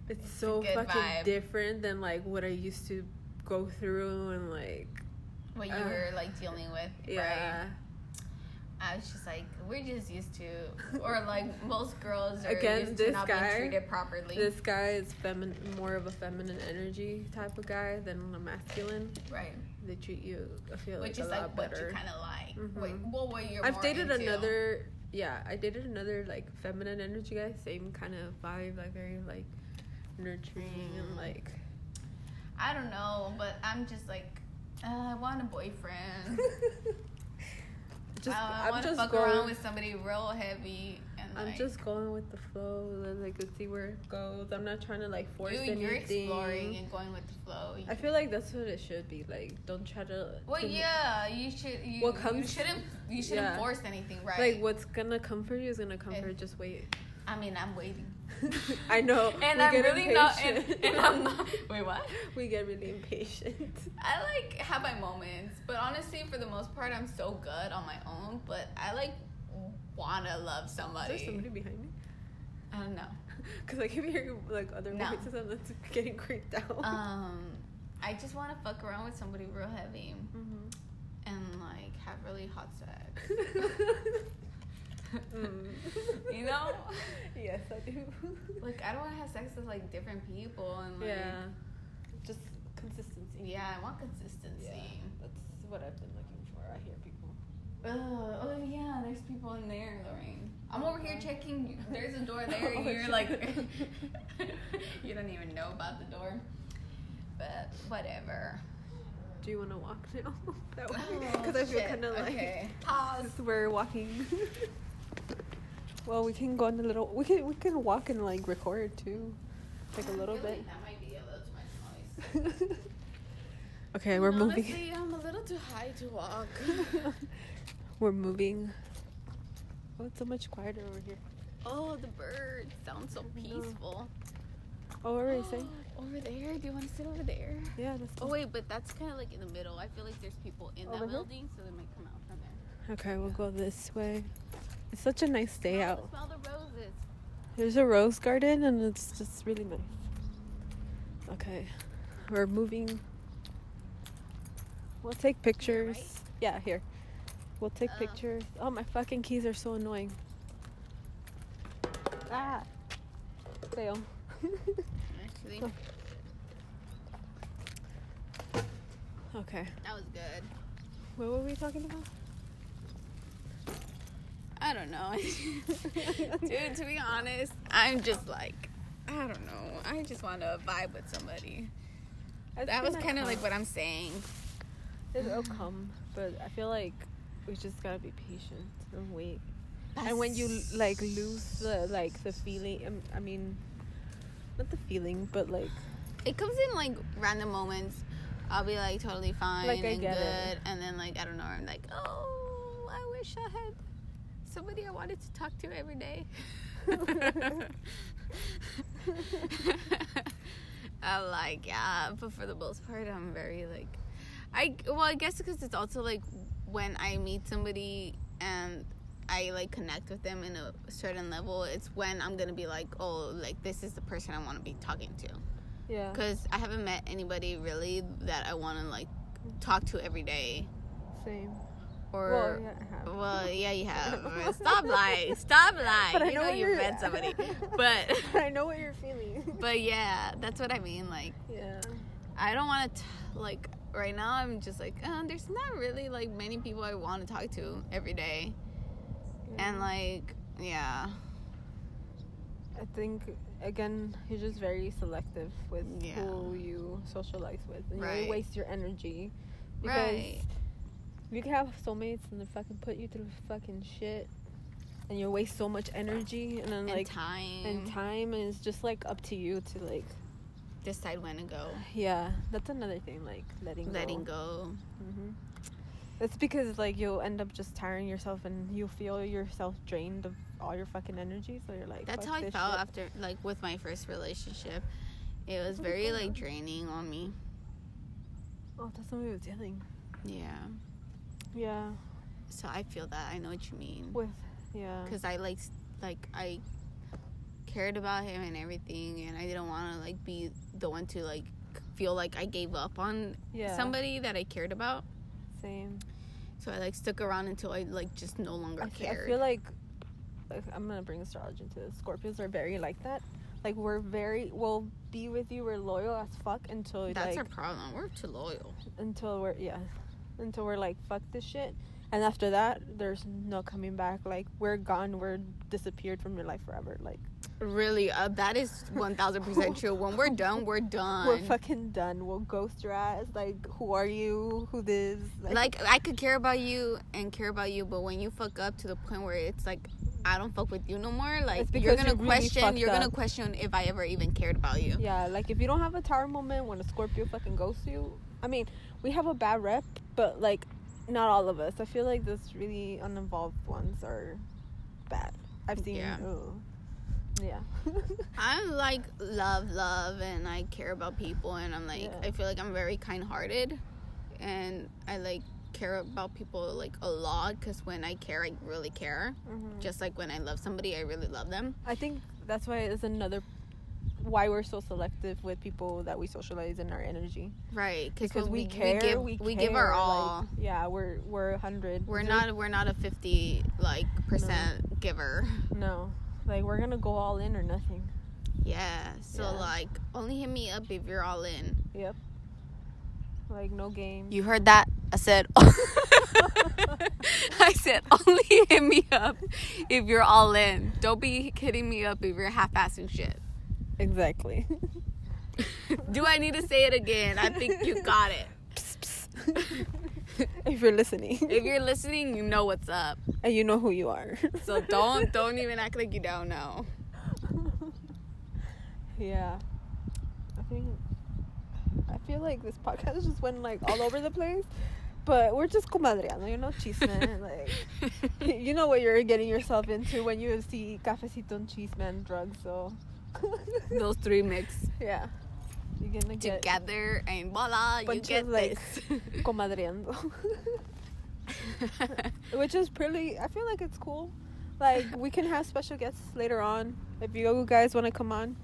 S1: it's,
S2: It's a
S1: so
S2: good
S1: fucking
S2: vibe.
S1: different than like what I used to go through and like
S2: What you
S1: Uh,
S2: were like dealing with.
S1: yeah.
S2: Right. I was just like, we're just used to or like
S1: [laughs]
S2: most girls are
S1: Again,
S2: used to
S1: this
S2: not
S1: guy-
S2: being treated properly.
S1: This guy is feminine, more of a feminine energy type of guy than a masculine.
S2: right.
S1: They treat you, I feel
S2: Which
S1: like
S2: is
S1: a lot
S2: like what you
S1: better.
S2: kinda like.
S1: Mhm.
S2: What, what were you
S1: I've dated another, yeah, I dated another like feminine energy guy, same kind of vibe, like very like nurturing
S2: Mm.
S1: and like.
S2: I don't know, but I'm just like, uh, I want a boyfriend.
S1: [laughs]
S2: Uh,
S1: just,
S2: I,
S1: I'm
S2: want to
S1: just
S2: fuck
S1: going,
S2: around with somebody real heavy. And
S1: I'm
S2: like,
S1: just going with the flow, and, like let's see where it goes. I'm not trying to like force
S2: you,
S1: anything.
S2: you're exploring and going with the flow. You-
S1: I feel like that's what it should be. Like, don't try to.
S2: well,
S1: to-
S2: yeah, you should. You,
S1: What
S2: you
S1: comes-
S2: shouldn't. You shouldn't
S1: yeah.
S2: force anything, right? Eh.
S1: Like, what's gonna comfort you is gonna comfort.
S2: And-
S1: Just wait. [laughs]
S2: I mean, I'm waiting,
S1: I know.
S2: [laughs] and
S1: we
S2: I'm
S1: get
S2: really not. And,
S1: impatient.
S2: and I'm not. Wait, what?
S1: [laughs] we get really impatient.
S2: I like have my moments, but honestly, for the most part, I'm so good on my own. But I like wanna love
S1: Is
S2: somebody.
S1: there somebody behind me?
S2: I don't know.
S1: [laughs] Because I keep hearing like other
S2: No.
S1: voices and it's [laughs] getting creeped out.
S2: Um, I just want to fuck around with somebody real heavy
S1: Mhm.
S2: and like have really hot sex.
S1: [laughs] Mm.
S2: you know,
S1: [laughs]
S2: like I don't want to have sex with like different people and like
S1: yeah. Just consistency.
S2: yeah, I want consistency.
S1: That's what I've been looking for. I hear people.
S2: Ugh, oh yeah, there's people in there, Lorraine. I'm over here checking. There's a
S1: [laughs]
S2: door there.
S1: Oh,
S2: you're
S1: shit.
S2: like, [laughs] you don't even know about the door. But whatever.
S1: Do you want to walk now? [laughs] that [laughs]
S2: Oh,
S1: Because I feel
S2: shit.
S1: kind of like. [laughs]
S2: Okay.
S1: Pause. We're walking. [laughs] well, we can go on a little. We can we can walk and like record too, like a
S2: I
S1: little
S2: feel
S1: bit.
S2: Like that might be a little too much noise.
S1: [laughs] okay, we're moving.
S2: Honestly, I'm a little too high to
S1: [laughs]
S2: walk.
S1: we're moving. Oh, it's so much quieter over here.
S2: oh, the birds sound so peaceful.
S1: Oh, what were you saying?
S2: Over there? Do you want to sit over there?
S1: [gasps] Yeah, let's
S2: Oh
S1: go.
S2: wait, but that's kind of like in the middle. I feel like there's people in
S1: Over
S2: that
S1: here?
S2: building, so they might come out from there.
S1: Okay, we'll go this way. It's such a nice day
S2: Oh,
S1: out.
S2: Smell the roses.
S1: There's a rose garden and it's just really nice. Okay, we're moving. We'll take pictures. Yeah, here. We'll take
S2: Oh.
S1: pictures. Oh, my fucking keys are so annoying. Ah! Fail. [laughs]
S2: Actually,
S1: Oh. okay,
S2: that was good.
S1: what were we talking about?
S2: I don't know, [laughs] dude. To
S1: [laughs]
S2: be honest, I'm just like, I don't know. I just want to vibe with somebody. That was kind of like what I'm saying.
S1: It'll come, but I feel like we just gotta be patient and wait. and when you like lose the like the feeling um, i mean not the feeling but like
S2: it comes in like random moments. I'll be like totally fine
S1: Like, I
S2: and
S1: get
S2: good,
S1: it.
S2: and then like I don't know. I'm like, oh, I wish I had somebody I wanted to talk to every day.
S1: [laughs]
S2: I'm like, yeah, but for the most part, I'm very like, I well, I guess because it's also like when I meet somebody and I like connect with them in a certain level, it's when I'm gonna be like, oh, like this is the person I want to be talking to
S1: yeah
S2: because I haven't met anybody really that I want to like talk to every day
S1: same well
S2: or.
S1: yeah I have.
S2: Well, yeah, you have. Stop lying. Stop lying.
S1: [laughs] But I
S2: you
S1: know
S2: know,
S1: what
S2: you
S1: you're- [laughs]
S2: met somebody. But
S1: [laughs] i know what you're feeling
S2: but yeah, that's what I mean. Like
S1: [laughs] yeah
S2: I don't want to like right now. I'm just like uh, there's not really like many people I want to talk to every day, and like yeah,
S1: i think again you're just very selective with
S2: Yeah.
S1: who you socialize with and
S2: Right.
S1: you waste your energy because
S2: right,
S1: you can have soulmates and they fucking put you through fucking shit and you waste so much energy and then
S2: and
S1: like
S2: time
S1: and time and it's just like up to you to like
S2: decide when to go,
S1: Yeah, that's another thing, like letting go.
S2: letting go.
S1: hmm That's because like you'll end up just tiring yourself, and you feel yourself drained of all your fucking energy. So you're like,
S2: That's
S1: "Fuck
S2: how I
S1: this
S2: felt
S1: shit."
S2: after like with my first relationship. It was
S1: What is
S2: very
S1: going
S2: like
S1: on?
S2: draining on me.
S1: Oh, that's what we were dealing.
S2: Yeah,
S1: Yeah,
S2: so I feel that. I know what you mean.
S1: with yeah,
S2: because I like s- like I cared about him and everything, and I didn't want to like be the one to like feel like I gave up on
S1: yeah,
S2: somebody that I cared about.
S1: same.
S2: So I like stuck around until I like just no longer
S1: I f- I
S2: cared.
S1: feel like, like I'm gonna bring astrology into this. Scorpios are very like that. Like we're very, we'll be with you. We're loyal as fuck until like
S2: That's our problem. We're too loyal.
S1: until we're yeah until we're like fuck this shit and after that there's no coming back like we're gone we're disappeared from your life forever like
S2: Really, uh, that is one thousand percent
S1: [laughs]
S2: true. When we're done, we're done.
S1: we're fucking done we'll ghost your ass like who are you who this
S2: like I could care about you and care about you, but when you fuck up to the point where it's like I don't fuck with you no more, like
S1: It's
S2: you're
S1: because
S2: gonna
S1: you really
S2: question,
S1: fucked
S2: you're gonna
S1: up.
S2: question if I ever even cared about you.
S1: yeah like if you don't have a tower moment when a scorpio fucking ghosts you i mean we have a bad rep but like not all of us i feel like this really uninvolved ones are bad i've seen
S2: Yeah.
S1: ugh. yeah [laughs]
S2: I like love, love, and I care about people, and I'm like,
S1: Yeah.
S2: I feel like I'm very kind hearted, and I like care about people like a lot because when I care, I really care.
S1: Mhm.
S2: Just like when I love somebody, I really love them.
S1: I think that's why it's another why we're so selective with people that we socialize in our energy
S2: Right?
S1: because
S2: when
S1: we, care.
S2: we give,
S1: we,
S2: we give our
S1: care, like,
S2: all.
S1: yeah, we're we're a hundred.
S2: we're not, we're not a fifty like percent giver.
S1: No, Like we're gonna go all in or nothing.
S2: Yeah. So
S1: Yeah.
S2: like, only hit me up if you're all in.
S1: Yep. Like no game.
S2: You heard that? I said. [laughs] I said only hit me up if you're all in. Don't be hitting me up if you're half-assing shit.
S1: [laughs]
S2: [laughs]
S1: Exactly. [laughs]
S2: Do I need to say it again? I think you got it. [laughs]
S1: if you're listening
S2: If you're listening, you know what's up.
S1: and you know who you are.
S2: So don't don't even act like you don't know. [laughs]
S1: [laughs] Yeah. I think I feel like this podcast just went like all over the place. But we're just comadreando, you know,
S2: [laughs]
S1: chisme. like [laughs] you know what you're getting yourself into when you see cafecito and chisme and drugs, so [laughs]
S2: Those three mix
S1: yeah. You're gonna get
S2: together and voila, you
S1: Bunch
S2: get
S1: of, like,
S2: this.
S1: comadreando. [laughs] Which is pretty I feel like it's cool. Like we can have special guests later on. If you guys wanna come on.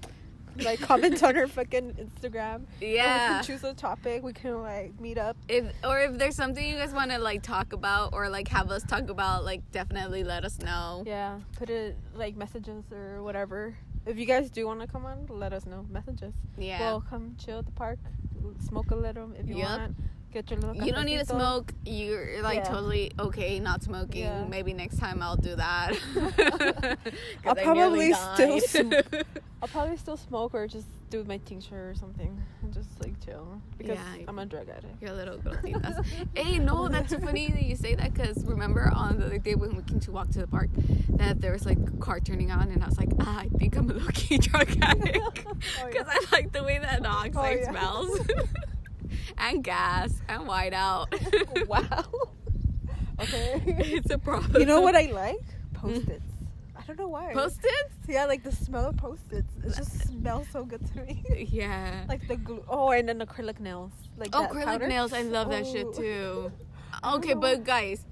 S1: Like comment on our fucking Instagram.
S2: [laughs] yeah.
S1: we can choose a topic. We can like meet up.
S2: if or if there's something you guys want to like talk about or like have us talk about like definitely let us know
S1: Yeah, put it like messages or whatever. If you guys do want to come on, let us know. Messages.
S2: yeah
S1: Well, come chill at the park, smoke a little if you
S2: Yep.
S1: want. Get your little.
S2: you don't need to
S1: cafecito.
S2: smoke you're like
S1: Yeah.
S2: totally okay not smoking
S1: Yeah.
S2: maybe next time i'll do that [laughs] 'Cause
S1: I'll
S2: I
S1: probably
S2: nearly
S1: still
S2: died. [laughs]
S1: I'll probably still smoke or just do my tincture or something and just like chill because
S2: Yeah.
S1: I'm a drug
S2: [laughs]
S1: addict.
S2: Your little grotitas. hey, no, that's so funny that you say that because remember on the other day when we came to walk to the park that there was like a car turning on and I was like, ah, I think I'm a low key [laughs] drug addict because
S1: [laughs] Oh, yeah.
S2: I like the way that
S1: Oh,
S2: oxide
S1: yeah.
S2: smells [laughs] and gas and whiteout.
S1: [laughs] wow. okay.
S2: [laughs] it's a problem.
S1: You know what I like? Post its. I don't know why.
S2: Mm. Post-its?
S1: Yeah, like the smell of post its. It just smells so good to me.
S2: [laughs] [laughs] Yeah.
S1: like the glue. Oh, and then acrylic nails. Like
S2: oh,
S1: that
S2: acrylic
S1: powder. Oh.
S2: nails. I love that
S1: Ooh. [laughs]
S2: shit too.
S1: don't
S2: Okay,
S1: know.
S2: but guys,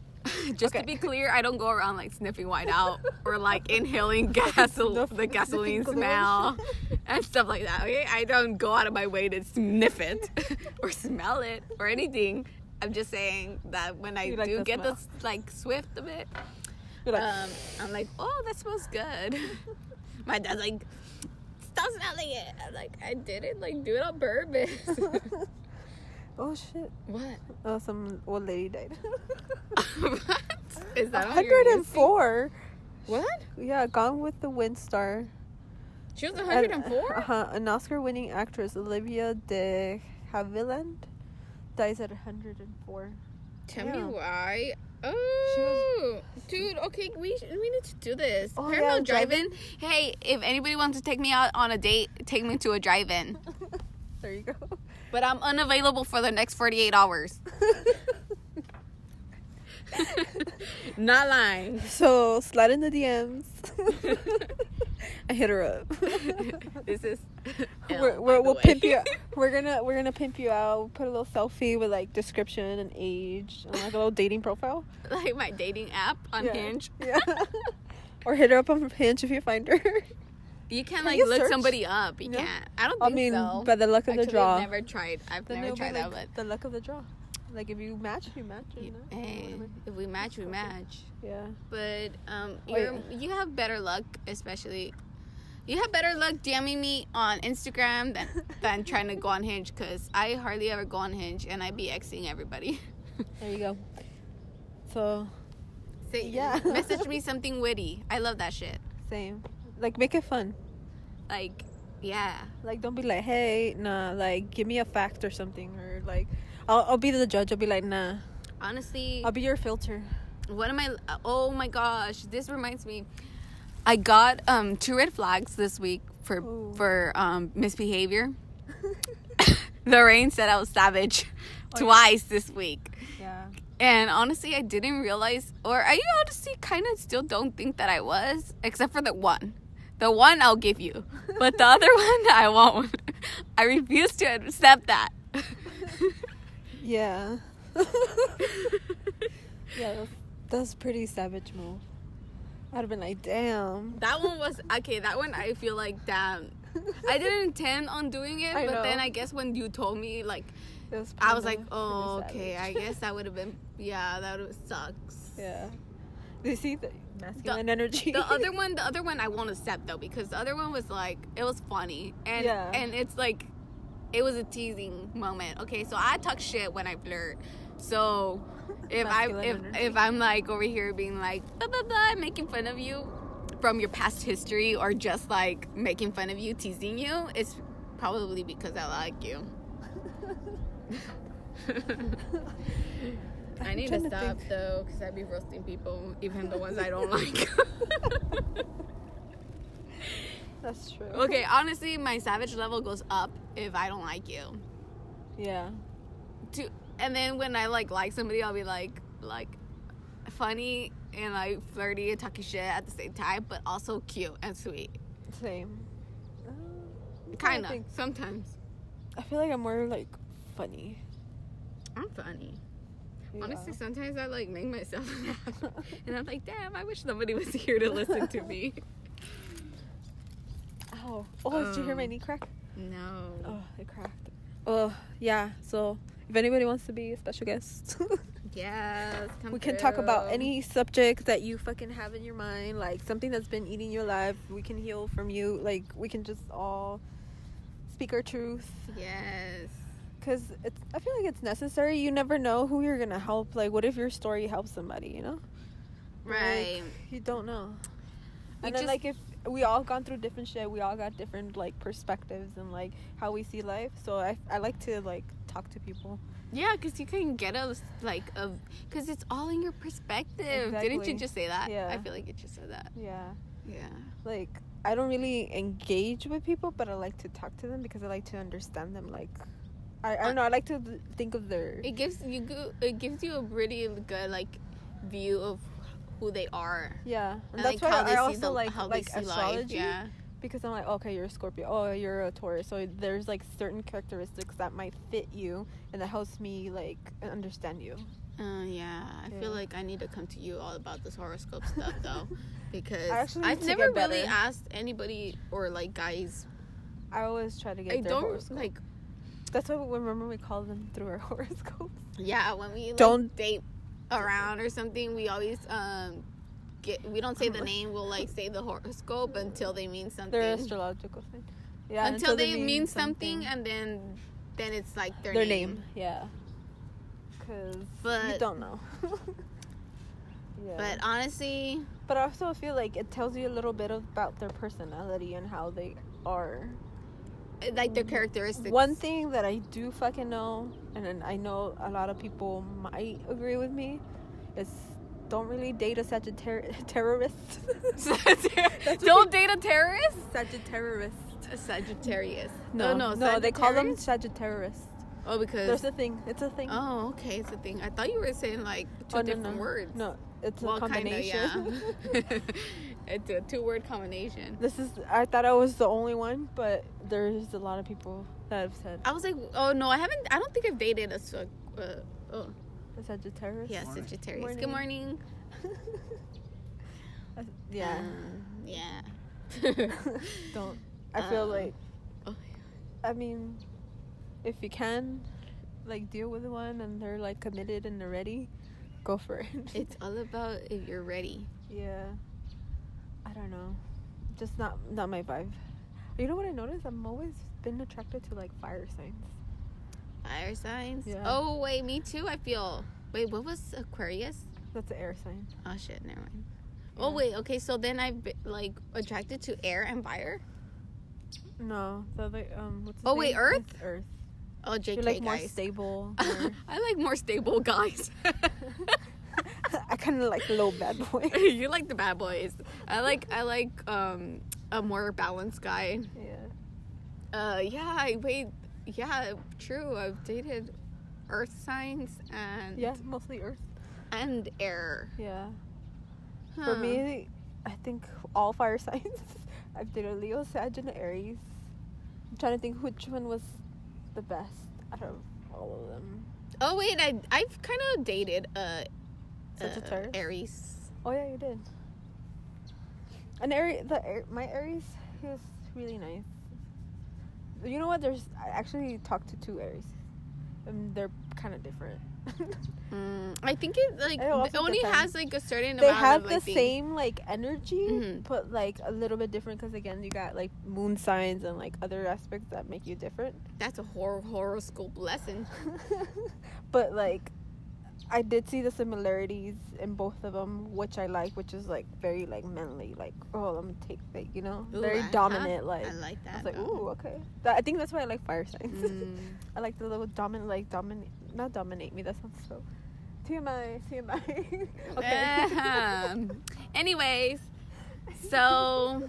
S2: [laughs] just to
S1: Okay.
S2: be clear, I don't go around like sniffing
S1: [laughs]
S2: white out or like inhaling gasol-
S1: Sniff-
S2: the gasoline
S1: sniffing glue and
S2: smell
S1: shit.
S2: and stuff like that. Okay, I don't go out of my way to
S1: [laughs]
S2: sniff it [laughs] or smell it or anything. I'm just saying that when I
S1: You like
S2: do
S1: the
S2: get
S1: smell.
S2: this like swift of it,
S1: [laughs] You're like,
S2: um, I'm like, oh, that smells good.
S1: [laughs]
S2: my dad's like, stop smelling it. I'm like, I didn't like do it
S1: [laughs]
S2: on purpose. [laughs]
S1: oh shit!
S2: what?
S1: Oh, some old lady died. [laughs]
S2: what? Is that on your list?
S1: 104.
S2: What?
S1: Yeah, Gone with the Wind star.
S2: She was
S1: Uh
S2: 104?
S1: huh. An Oscar-winning actress, Olivia De Havilland, dies at 104.
S2: Tell
S1: yeah.
S2: me why. Oh, dude. Okay, we sh- we need to do this.
S1: Oh,
S2: Parallel
S1: yeah,
S2: drive-in. Hey, if anybody wants to take me out on a date, take me to
S1: [laughs]
S2: a drive-in.
S1: There you go. [laughs]
S2: But I'm unavailable for the next 48 hours. Not lying. [laughs]
S1: so slide in the DMs. [laughs] I hit her
S2: [laughs]
S1: up.
S2: this is.
S1: [laughs] we're, we're, we'll pimp [laughs] you. We're gonna we're gonna pimp you out. We'll put a little selfie with like description and age and like a little dating profile.
S2: [laughs] Like my dating app on
S1: Yeah.
S2: Hinge.
S1: Yeah. [laughs] or hit her up on Hinge if you find her.
S2: You can
S1: Can
S2: like
S1: you
S2: look
S1: search?
S2: somebody up. You
S1: No.
S2: can't. I
S1: [laughs]
S2: don't
S1: I
S2: think
S1: mean,
S2: so.
S1: by the luck of
S2: Actually,
S1: the draw.
S2: I've never tried. I've
S1: Then
S2: never
S1: it'll be,
S2: tried
S1: like,
S2: that, but
S1: the luck of the draw. Like if you match, you match. You know?
S2: Hey, Eh, if we match, we match.
S1: Yeah.
S2: But um,
S1: Oh,
S2: you're, you have better luck, especially. You have better luck DMing me on
S1: [laughs]
S2: Instagram than, than trying to go on Hinge because I hardly ever go on Hinge and I be Xing everybody.
S1: [laughs] There you go. So
S2: Say,
S1: Yeah. [laughs]
S2: message me something witty. I love that shit.
S1: same. Like make it fun.
S2: Like, yeah.
S1: Like don't be like, hey, nah. Like give me a fact or something, or like, I'll I'll be the judge. I'll be like, nah.
S2: Honestly,
S1: I'll be your filter. [laughs]
S2: what am I? Oh my gosh, this reminds me. I got um two red flags this week for
S1: Ooh.
S2: for um misbehavior. [laughs] Lorraine said I was savage twice this week.
S1: yeah.
S2: And honestly, I didn't realize, or I honestly kind of still don't think that I was, except for the one. The one I'll give you, but the other [laughs] one I won't. I refuse to accept that.
S1: Yeah. Yeah, that's, that's a pretty savage move. I'd have been like, damn.
S2: [laughs] that one was okay. That one I feel like damn.
S1: [laughs]
S2: I didn't intend on doing it,
S1: I
S2: but
S1: know.
S2: then I guess when you told me, like,
S1: It was
S2: I was like,
S1: kinda-
S2: oh,
S1: kinda
S2: okay, I
S1: savage.
S2: guess that would have been, yeah, that would sucks.
S1: yeah. They see the masculine energy. [laughs]
S2: the other one, the other one, I won't accept though because the other one was like it was funny and
S1: Yeah.
S2: and it's like it was a teasing moment. Okay, so I talk shit when I flirt. So if I
S1: Masculine
S2: if
S1: energy.
S2: if I'm like over here being like blah blah blah making fun of you from your past history or just like making fun of you teasing you, it's probably because I like [laughs] you. I
S1: I'm
S2: need to
S1: trying to
S2: stop
S1: think.
S2: though, because I be roasting people, even the ones
S1: [laughs]
S2: I don't like. [laughs]
S1: That's true.
S2: okay, honestly, my savage level goes up if I don't like you.
S1: Yeah.
S2: To, and then when I like like somebody, I'll be like like funny and like flirty and talking shit at the same time, but also cute and sweet.
S1: Same. Uh, I'm trying
S2: Kind
S1: to
S2: of
S1: think.
S2: sometimes.
S1: I feel like I'm more like funny.
S2: I'm funny.
S1: Yeah.
S2: Honestly, sometimes I like make myself [laughs] laugh, and I'm like, damn, I wish somebody was here to listen to [laughs] me.
S1: Ow. Oh, did you hear my
S2: Um,
S1: knee crack?
S2: No.
S1: Oh, it cracked. Oh, yeah. So, if anybody wants to be a special guest, [laughs]
S2: Yes. come
S1: we can talk about
S2: through.
S1: any subject that you fucking have in your mind, like something that's been eating you alive. We can heal from you. Like, we can just all speak our truth.
S2: Yes.
S1: Because I feel like it's necessary. You never know who you're going to help. Like, what if your story helps somebody, you know?
S2: Right.
S1: Like, you don't know.
S2: We
S1: and then
S2: just-
S1: like if we all gone through different shit, we all got different like perspectives and like how we see life. So I I like to like talk to people.
S2: Yeah, because you can get us like a because it's all in your perspective. Didn't
S1: Exactly.
S2: you just say that?
S1: Yeah.
S2: I feel like you just said that.
S1: Yeah.
S2: Yeah.
S1: Like I don't really engage with people, but I like to talk to them because I like to understand them. Like I, I don't know. I like to th- think of their
S2: It gives you go- it gives you a really good like view of who they are.
S1: yeah. And
S2: And,
S1: that's
S2: like,
S1: why
S2: how they
S1: I
S2: see
S1: also
S2: the-
S1: like
S2: how they
S1: like
S2: see life,
S1: astrology
S2: Yeah.
S1: because I'm like okay, you're a Scorpio. Oh, you're a Taurus. So there's like certain characteristics that might fit you and that helps me like understand you.
S2: Uh, yeah, I
S1: Yeah.
S2: feel like I need to come to you all about this horoscope
S1: [laughs]
S2: stuff though, because
S1: I actually need
S2: I've
S1: to
S2: never
S1: get better.
S2: really asked anybody or like guys.
S1: I always try to get.
S2: I
S1: their
S2: don't
S1: horoscope.
S2: like.
S1: That's why we remember we call them through our [laughs] horoscopes.
S2: Yeah, when we like,
S1: Don't-
S2: date around or something, we always um get we don't say
S1: [laughs]
S2: the name. We'll like say the horoscope until they mean something.
S1: They're astrological thing. Yeah.
S2: until, they, mean, something, and then then it's like their,
S1: their
S2: name.
S1: name. Yeah. Cause you
S2: But-
S1: don't know. [laughs] yeah.
S2: But honestly,
S1: but I also feel like it tells you a little bit about their personality and how they are.
S2: like their characteristics.
S1: One thing that I do fucking know, and then I know a lot of people might agree with me, is don't really date a Sagittarius [laughs] terrorist.
S2: [laughs]
S1: [laughs]
S2: don't date a terrorist.
S1: Sagittarius.
S2: A Sagittarius.
S1: No,
S2: Oh,
S1: no, no. They call them
S2: Sagittarius?
S1: Sagittarius.
S2: Oh,
S1: There's
S2: because.
S1: a thing. It's a thing.
S2: Oh, okay, it's a thing. I thought you were saying like two
S1: Oh, no,
S2: different
S1: no.
S2: words.
S1: No, it's
S2: well,
S1: a
S2: kinda,
S1: combination. [laughs]
S2: yeah. [laughs] it's a two-word combination.
S1: this is. I thought I was the only one, but there's a lot of people that have said
S2: I was like, oh no, I haven't. I don't think I've dated a. Sag- Uh, oh,
S1: a Sagittarius.
S2: yeah,
S3: Morning.
S2: Sagittarius. Good morning.
S1: [laughs] yeah.
S2: Um,
S1: [laughs]
S2: yeah. [laughs]
S1: Don't. I feel
S2: um,
S1: like.
S2: oh,
S1: I mean, if you can, like deal with one and they're like committed and they're ready, go for it. [laughs]
S2: it's all about if you're ready.
S1: yeah. I don't know. Just not not my vibe. You know what I noticed? I'm always been attracted to like fire signs.
S2: Fire signs.
S1: Yeah.
S2: Oh wait, me too. I feel. Wait, what was Aquarius?
S1: That's an air sign.
S2: Oh shit, never mind.
S1: Yeah.
S2: Oh wait, okay. So then I've been, like attracted to air and fire.
S1: No, the other um. What's his
S2: Oh, wait,
S1: name?
S2: Earth?
S1: It's Earth.
S2: Oh, JK
S1: You're like more
S2: guys.
S1: stable. more-
S2: [laughs] I like more
S1: [laughs]
S2: stable guys. [laughs]
S1: I kind of like low bad boy.
S2: you like the bad boys. I like I like um a more balanced guy.
S1: [laughs] Yeah.
S2: Uh yeah, I wait yeah, true. I've dated earth signs and
S1: Yeah, mostly Earth.
S2: and air.
S1: Yeah. For
S2: Huh.
S1: me, I think all fire [laughs] signs. I've dated Leo, Sag, and Aries. I'm trying to think which one was the best out of all of them.
S2: Oh wait, I I've kind of dated uh, uh
S1: Sagittarius?
S2: Aries.
S1: Oh yeah, you did. And Aries, the Ar- my Aries, he was really nice. You know what? There's I actually talked to two Aries, and they're kind of different. [laughs]
S2: Mm, I think it like
S1: It also
S2: it only
S1: depends.
S2: has like a certain
S1: they
S2: amount
S1: have
S2: of
S1: the
S2: like being-
S1: same like energy,
S2: Mhm.
S1: but like a little bit different because again, you got like moon signs and like other aspects that make you different.
S2: That's a hor- horoscope lesson.
S1: [laughs] but like, I did see the similarities in both of them, which I like, which is like very like manly, like oh, I'm gonna take like you know,
S2: Ooh,
S1: very
S2: I- huh?
S1: dominant. Like
S2: I like that.
S1: I was like,
S2: though.
S1: ooh, okay. That, I think that's why I like fire signs.
S2: Mm.
S1: [laughs] I like the little dominant, like dominate, not dominate me. That sounds so. TMI, [laughs] TMI. okay.
S2: Ahem. Um, Anyways, so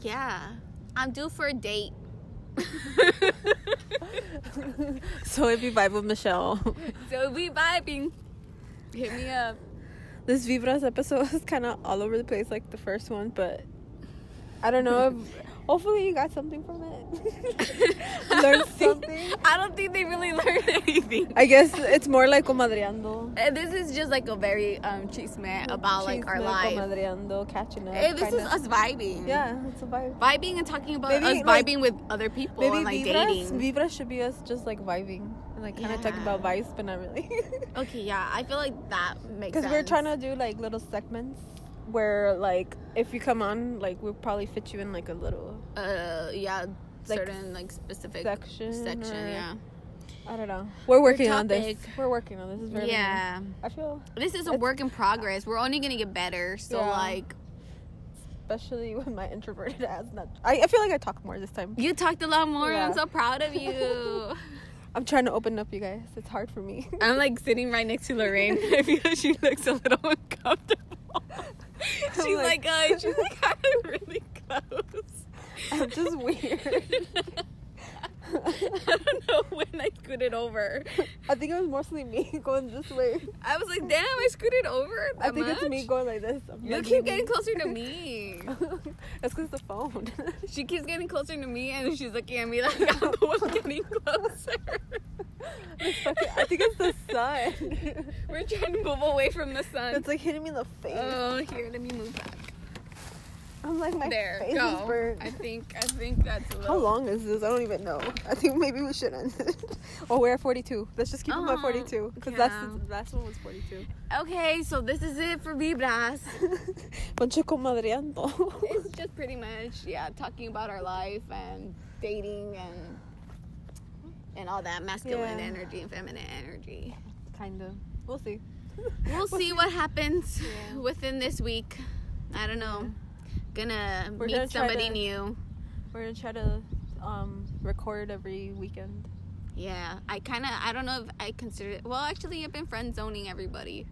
S2: yeah, I'm due for
S1: [laughs]
S2: a date.
S1: [laughs] so if you vibe with Michelle, [laughs]
S2: so we vibing. Hit me up.
S1: this Vibras episode is kind of all over the place, like the first one, but I don't know. If, hopefully, you got something from it. [laughs] Learn something.
S2: [laughs] I don't think they really learned anything.
S1: I guess it's more like comadreando.
S2: Uh, This is just like a very um chisme about like our
S1: Chisme,
S2: life.
S1: Comadreando, catching up.
S2: Eh, this
S1: kinda.
S2: is us vibing.
S1: Yeah, it's a vibe.
S2: Vibing and talking about
S1: Maybe,
S2: us
S1: like-
S2: vibing with other people
S1: Maybe
S2: and like
S1: vibras,
S2: dating.
S1: vibras should be us just like vibing and like kind of talking
S2: Yeah.
S1: about vibes, but not really. [laughs]
S2: Okay, yeah, I feel like that makes
S1: Because
S2: sense.
S1: we're trying to do like little segments where like if you come on, like we'll probably fit you in like a little
S2: uh yeah
S1: Like,
S2: certain like specific
S1: section.
S2: section
S1: or-
S2: yeah
S1: I don't know. We're working on this.
S2: topic.
S1: We're working on this. This is very
S2: yeah
S1: I feel
S2: this is a
S1: It's-
S2: work in progress we're only gonna get better so
S1: Yeah.
S2: like
S1: especially [laughs] with my introverted ass. Not. I, I feel like I talk more this time.
S2: you talked a lot more
S1: Yeah.
S2: i'm so proud of you
S1: I'm trying to open up, you guys. It's hard for me.
S2: [laughs]
S1: [laughs]
S2: i'm like sitting right next to lorraine [laughs] i feel like she looks a little uncomfortable she's like,
S1: like-
S2: uh she's like [laughs] kind of really close
S1: I'm [laughs]
S2: [laughs]
S1: just weird. [laughs]
S2: I don't know when I scooted over.
S1: I think it was mostly me [laughs] going this way.
S2: I was like, damn, I scooted over.
S1: I
S2: that
S1: think it's me
S2: much?"
S1: going like this. I'm
S2: You
S1: like,
S2: keep
S1: leaning.
S2: getting closer [laughs]
S1: [laughs]
S2: to me.
S1: That's because the phone. [laughs]
S2: She keeps getting closer to me, and she's looking at me like I'm [laughs] the one getting closer.
S1: It's fucking- I think it's the sun.
S2: [laughs] We're trying to move away from the sun.
S1: it's like hitting me in the face.
S2: oh, here, let me move back.
S1: I'm like my
S2: there,
S1: face is
S2: go.
S1: burnt.
S2: I think, I think that's a little.
S1: How long is this? I don't even know. I think maybe we should end it. [laughs] Oh, we're at 42. Let's just keep them
S2: Oh,
S1: at 42 because
S2: yeah.
S1: that's the last one was 42.
S2: Okay, so this is it for Vibras.
S1: [laughs] Poncho comadreando.
S2: it's just pretty much, yeah, talking about our life and dating and and all that masculine
S1: Yeah.
S2: energy and feminine
S1: [laughs]
S2: energy.
S1: kind of. We'll
S2: [laughs]
S1: see.
S2: We'll see what happens
S1: Yeah.
S2: within this week. I don't know. Gonna
S1: We're
S2: meet
S1: gonna try
S2: somebody
S1: to-
S2: new.
S1: We're gonna try to um, record every weekend.
S2: Yeah, I kind of I don't know if I consider it. Well, actually, I've been friend zoning everybody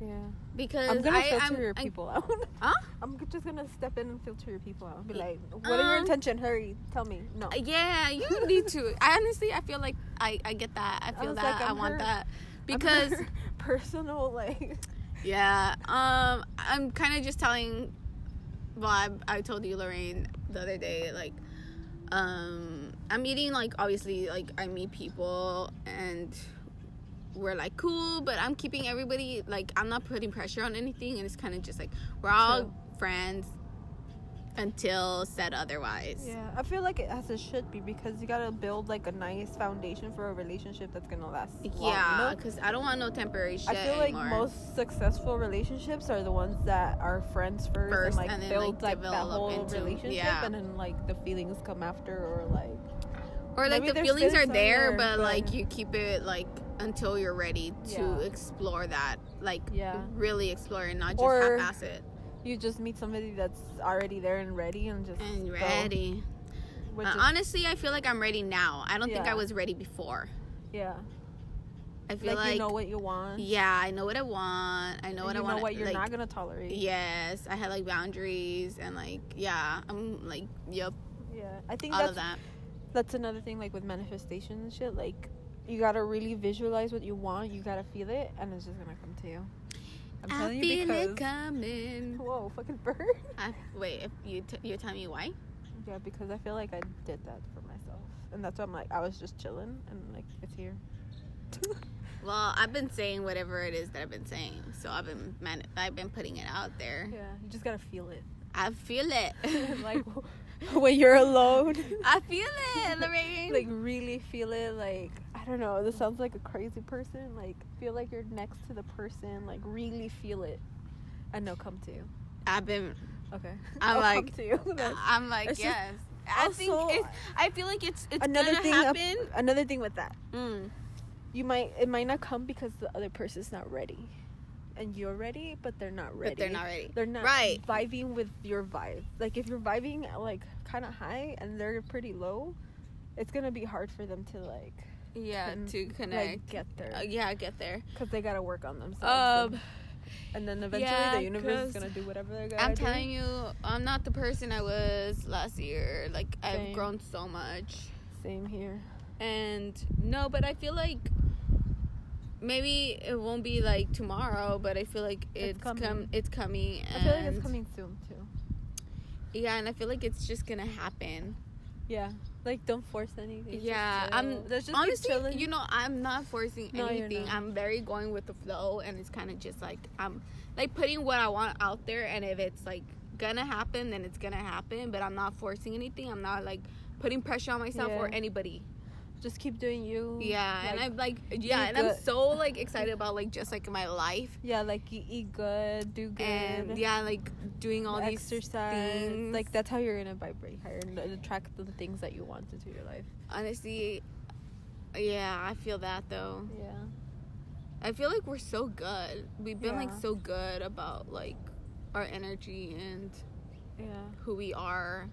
S1: Yeah.
S2: because
S1: I'm gonna
S2: I,
S1: filter
S2: I'm,
S1: your
S2: I-
S1: people out. [laughs]
S2: Huh?
S1: I'm just gonna step in and filter your people out. Be
S2: Y-
S1: like, what are your
S2: um,
S1: intention? Hurry, tell me. No. [laughs]
S2: Yeah, you need to. I honestly, I feel like I I get that. I feel
S1: was
S2: that
S1: like,
S2: I
S1: I'm
S2: want
S1: hurt.
S2: that
S1: [laughs]
S2: because
S1: personal like
S2: yeah. Um, I'm kind of just telling. Well, I, I told you, Lorraine, the other day, like, um, I'm meeting like obviously like I meet people and we're like cool, but I'm keeping everybody like I'm not putting pressure on anything, and it's kind of just like we're all
S1: True.
S2: friends until said otherwise.
S1: yeah i feel like it as it should be because you gotta build like a nice foundation for a relationship that's gonna last long, you know?
S2: Yeah, because I don't want no temporary shit
S1: I feel like
S2: anymore.
S1: most successful relationships are the ones that are friends first,
S2: First,
S1: and like
S2: and then,
S1: build
S2: like,
S1: like, that
S2: develop
S1: whole
S2: into-
S1: relationship,
S2: yeah.
S1: and then like the feelings come after, or like
S2: or like
S1: maybe
S2: the
S1: there's
S2: feelings are
S1: feelings
S2: there,
S1: somewhere,
S2: but
S1: but-
S2: like you keep it like until you're ready to
S1: Yeah.
S2: explore that, like
S1: Yeah.
S2: really explore and not just
S1: Or-
S2: half-ass it
S1: you just meet somebody that's already there and ready, and just
S2: and
S1: go,
S2: ready.
S1: which
S2: Uh,
S1: is-
S2: honestly, I feel like I'm ready now. I don't think I
S1: Yeah.
S2: was ready before.
S1: yeah,
S2: I feel
S1: like,
S2: like,
S1: you know what you want,
S2: yeah, I know what I want. I
S1: and
S2: know what
S1: you
S2: I want.
S1: know what you're
S2: like,
S1: not gonna tolerate.
S2: Yes, I had like boundaries and like yeah, I'm like yep,
S1: Yeah, I think
S2: all
S1: that's
S2: of that.
S1: that's another thing like with manifestation and shit like you gotta really visualize what you want you gotta feel it and it's just gonna come to you i'm
S2: I
S1: telling you
S2: feel
S1: because
S2: it
S1: [laughs]
S2: coming.
S1: whoa fucking bird
S2: I, wait, if you t- you're telling me why?
S1: yeah because i feel like i did that for myself and that's why i'm like i was just chilling and like it's here [laughs]
S2: [laughs] Well, I've been saying whatever it is that I've been saying, so I've been man- I've been putting it out there.
S1: yeah you just gotta feel it
S2: I feel it.
S1: [laughs] like [laughs] when you're alone.
S2: [laughs] I feel it, Lorraine.
S1: like really feel it like I don't know, this sounds like a crazy person. Like feel like you're next to the person, like really feel it. And they'll come to you.
S2: I've been. [laughs]
S1: Okay.
S2: I'm
S1: I'll
S2: like.
S1: come to you. [laughs] That's-
S2: I'm like
S1: it's just-
S2: yes. I think
S1: also-
S2: it's. I feel like it's. It's
S1: another
S2: gonna
S1: thing ab-
S2: happen.
S1: another thing with that.
S2: Mm.
S1: You might it might not come because the other person's not ready. And you're ready, but they're not ready.
S2: But they're not ready.
S1: they're not
S2: Right.
S1: vibing with your vibe. Like if you're vibing like kind of high and they're pretty low, it's gonna be hard for them to like
S2: Yeah,
S1: con-
S2: to connect.
S1: like, get there
S2: Mm, Uh, yeah, get there.
S1: because they gotta work on themselves. and-
S2: Um,
S1: and then eventually
S2: yeah,
S1: the universe is
S2: 'cause
S1: gonna do whatever they're gonna
S2: I'm
S1: do.
S2: telling you, I'm not the person I was last year. Like I've
S1: Same.
S2: grown so much,
S1: Same here.
S2: and no, but I feel like maybe it won't be like tomorrow, but I feel like it's,
S1: It's coming.
S2: come, it's coming.
S1: I feel like
S2: and-
S1: it's coming soon too.
S2: Yeah, and I feel like it's just gonna happen.
S1: Yeah, like don't force anything. just
S2: yeah,
S1: chill.
S2: I'm
S1: Let's just be
S2: honestly,
S1: chilling.
S2: you know, I'm not forcing
S1: No, you're
S2: anything.
S1: not.
S2: I'm very going with the flow, and it's kind of just like I'm like putting what I want out there, and if it's like gonna happen, then it's gonna happen. But I'm not forcing anything. I'm not like putting pressure on myself or
S1: Yeah.
S2: anybody.
S1: just keep doing you.
S2: Yeah, and
S1: like-
S2: I'm like, yeah,
S1: you
S2: and I'm
S1: good.
S2: so like excited about like just like my life.
S1: yeah, like you eat good, do good,
S2: And yeah, like doing all these
S1: exercise.
S2: things.
S1: Like that's how you're gonna vibrate higher and attract the things that you want into your life.
S2: honestly, yeah, I feel that though.
S1: Yeah,
S2: I feel like we're so good. We've been like
S1: Yeah.
S2: so good about like our energy and
S1: yeah.
S2: who we are.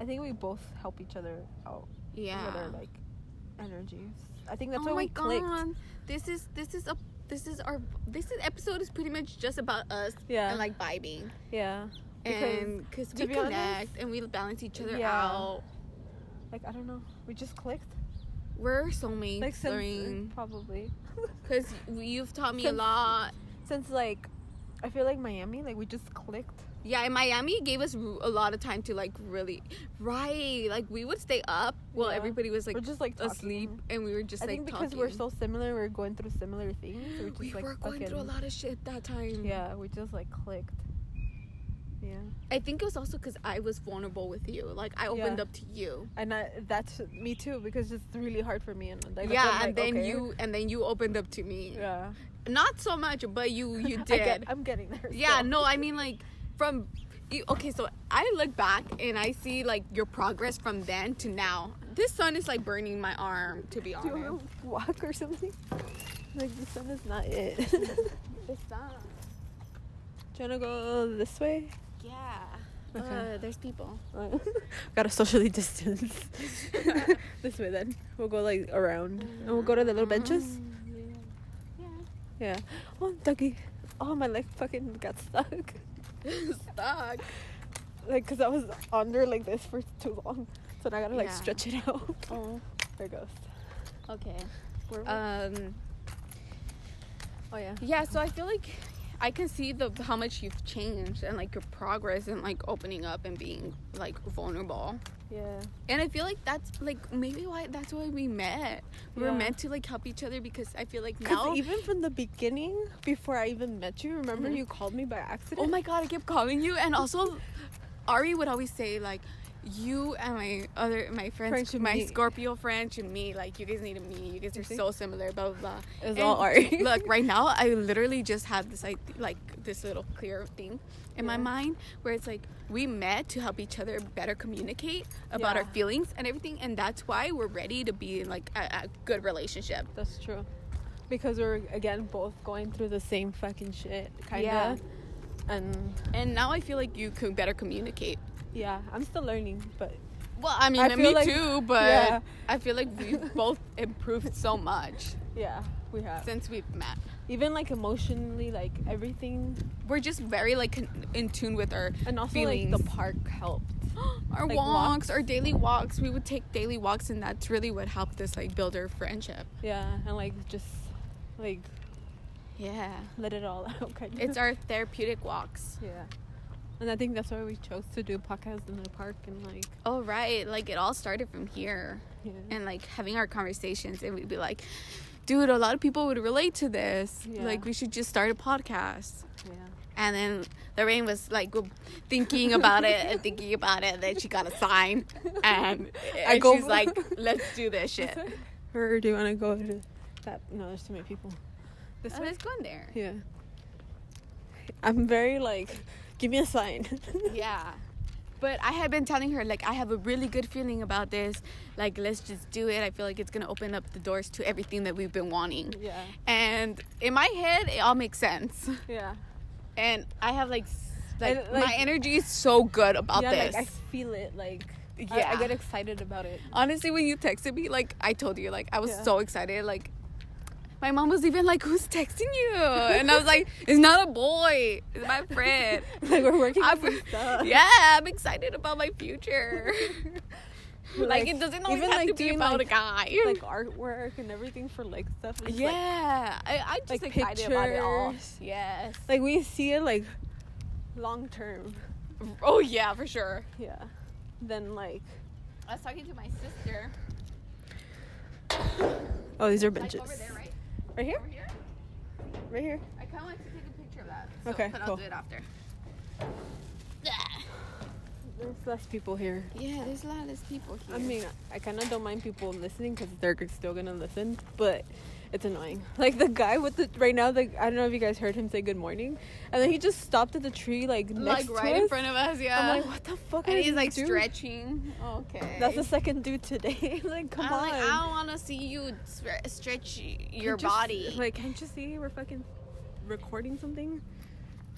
S1: I think we both help each other out with
S2: Yeah.
S1: our like energies. I think that's
S2: oh
S1: why
S2: my
S1: we clicked.
S2: god. This is this is a this is our this is, episode is pretty much just about us
S1: Yeah,
S2: and like vibing
S1: yeah. Because-
S2: and because
S1: to
S2: we
S1: be
S2: connect
S1: honest-
S2: and we balance each other
S1: Yeah.
S2: out.
S1: Like I don't know, we just clicked.
S2: We're soulmates,
S1: Like
S2: like
S1: since probably [laughs]
S2: Because you've taught me a
S1: Since-
S2: lot.
S1: since like I feel like Miami, like we just clicked.
S2: Yeah, in Miami it gave us r- a lot of time to like really, right? Like we would stay up while
S1: Yeah.
S2: everybody was like
S1: we're just like talking.
S2: asleep and we were just
S1: I
S2: like
S1: think because
S2: talking.
S1: we're so similar, we're going through similar
S2: [gasps]
S1: things. We're just
S2: we
S1: like
S2: were going through a
S1: fucking-
S2: lot of shit that time.
S1: Yeah, we just like clicked. Yeah,
S2: I think it was also because I was vulnerable with you. Like I opened
S1: Yeah.
S2: up to you.
S1: and I, that's me too because it's really hard for me. And like, that's why
S2: yeah,
S1: I'm like,
S2: and then
S1: okay.
S2: you and then you opened up to me.
S1: Yeah,
S2: Not so much, but you you
S1: [laughs] I
S2: did.
S1: get, I'm getting [laughs] there.
S2: yeah,
S1: still.
S2: no, I mean like from you- okay, so I look back and I see like your progress from then to now. This sun is like burning my arm, to be
S1: Do you [laughs]
S2: honest.
S1: want to walk or something? Like the sun is not [laughs] it. Do
S2: The sun.
S1: you wanna go this way?
S2: Yeah.
S1: Okay.
S2: Uh, there's people.
S1: Gotta socially distance. [laughs] this way then. We'll go like around. And we'll go to the little benches.
S2: Mm.
S1: Yeah. Oh, doggy. Oh, my leg fucking got stuck.
S2: [laughs] Stuck.
S1: Like, cause I was under like this for too long. So now I gotta like
S2: Yeah.
S1: stretch it out.
S2: [laughs] Oh.
S1: There it goes.
S2: Okay.
S1: Where were-
S2: Um.
S1: oh yeah.
S2: Yeah. So I feel like I can see the how much you've changed and like your progress and like opening up and being like vulnerable.
S1: Yeah.
S2: And I feel like that's like maybe why that's why we met. We were
S1: Yeah.
S2: meant to like help each other because I feel like
S1: Cause
S2: now.
S1: even from the beginning, before I even met you, remember
S2: Mhm.
S1: you called me by accident.
S2: oh my god! I kept calling you, and also Ari would always say like. You and my other my friends,
S1: Friends should
S2: my
S1: meet.
S2: Scorpio friend should meet. Like you guys need to meet. You guys are
S1: see?
S2: so similar. Blah blah blah.
S1: It was
S2: And
S1: all Ari.
S2: [laughs] look, right now I literally just had this like, like this little clear thing in my
S1: Yeah.
S2: mind where it's like we met to help each other better communicate about our
S1: Yeah.
S2: feelings and everything, and that's why we're ready to be in like a, a good relationship.
S1: That's true. Because we're again both going through the same fucking shit, kinda.
S2: Yeah.
S1: And
S2: And now I feel like you could better communicate.
S1: yeah, I'm still learning, but
S2: Well, I mean,
S1: I
S2: me
S1: feel like-
S2: [laughs] too, but
S1: yeah.
S2: I feel like we've both improved so much
S1: yeah, we have.
S2: since we've met.
S1: Even like emotionally, like everything,
S2: We're just very like con- in tune with our [gasps]
S1: and also
S2: feelings.
S1: like the park helped.
S2: our
S1: Like
S2: walks, our daily walks. We would take daily walks, and that's really what helped us like build our friendship.
S1: Yeah, and like just like
S2: Yeah,
S1: let it all [laughs] out, kind of.
S2: it's our therapeutic walks.
S1: yeah. And I think that's why we chose to do podcasts in the park and like
S2: Oh right, like it all started from here,
S1: yeah.
S2: and like having our conversations, and we'd be like, "Dude, a lot of people would relate to this.
S1: Yeah.
S2: Like, we should just start a podcast."
S1: yeah.
S2: And then Lorraine was like go- thinking about it and thinking about it. And then she got a sign,
S1: [laughs]
S2: and,
S1: I
S2: and
S1: go-
S2: she's like, [laughs] "Let's do this
S1: [laughs]
S2: shit."
S1: Or do you want to go to that? No, there's too many people.
S4: This
S2: Oh,
S4: way?
S2: let's go in there.
S1: Yeah. I'm very like, give me a sign. [laughs]
S2: Yeah. But I had been telling her like I have a really good feeling about this. Like let's just do it. I feel like it's gonna open up the doors to everything that we've been wanting.
S1: yeah.
S2: And in my head, it all makes sense.
S1: Yeah.
S2: And I have like, s- like,
S1: And,
S2: my
S1: like-
S2: energy is so good about
S1: yeah,
S2: this.
S1: like I feel it. Like, I- I,
S2: Yeah.
S1: get excited about it. [laughs]
S2: Honestly, when you texted me, like I told you, like I was
S1: Yeah.
S2: so excited. Like my mom was even like, "Who's texting you?" And I was
S1: [laughs]
S2: like, "It's not a boy. It's my friend."
S1: like we're working
S2: I'm-
S1: on some stuff.
S2: [laughs] Yeah, I'm excited about my
S1: [laughs]
S2: future. like,
S1: Like,
S2: it doesn't always
S1: even,
S2: have
S1: like,
S2: to be
S1: doing,
S2: about
S1: like-
S2: a guy.
S1: Like artwork and everything for like stuff. It's, like-
S2: yeah, I, I'm just
S1: like,
S2: excited about it all.
S1: pictures.
S2: Yes.
S1: Like we see it like long term.
S2: Oh yeah, for sure.
S1: Yeah. Then like
S2: I was talking to my sister.
S1: oh these are
S2: Like
S1: benches.
S2: over there, right?
S1: Right here?
S2: Over here.
S1: Right here.
S2: I kind of want to take a picture of that.
S1: Okay,
S2: But I'll
S1: cool.
S2: do it after.
S1: There's less people here.
S2: Yeah, there's a lot less people here.
S1: I mean, I kind of don't mind people listening because they're still gonna listen, but it's annoying. [laughs] Like the guy with the right now, the I don't know if you guys heard him say good morning, and then he just stopped at the tree like next
S2: like
S1: to
S2: right
S1: us.
S2: in front of us. Yeah.
S1: I'm like, what the fuck? are
S2: and he's
S1: these
S2: like
S1: dudes?"
S2: stretching. Okay.
S1: That's the second dude today. [laughs] like, come
S2: I'm
S1: on.
S2: like, I don't want to see you stre- stretch y- your
S1: Can't you s-
S2: body.
S1: [laughs] Like, can't you see we're fucking recording something? [laughs]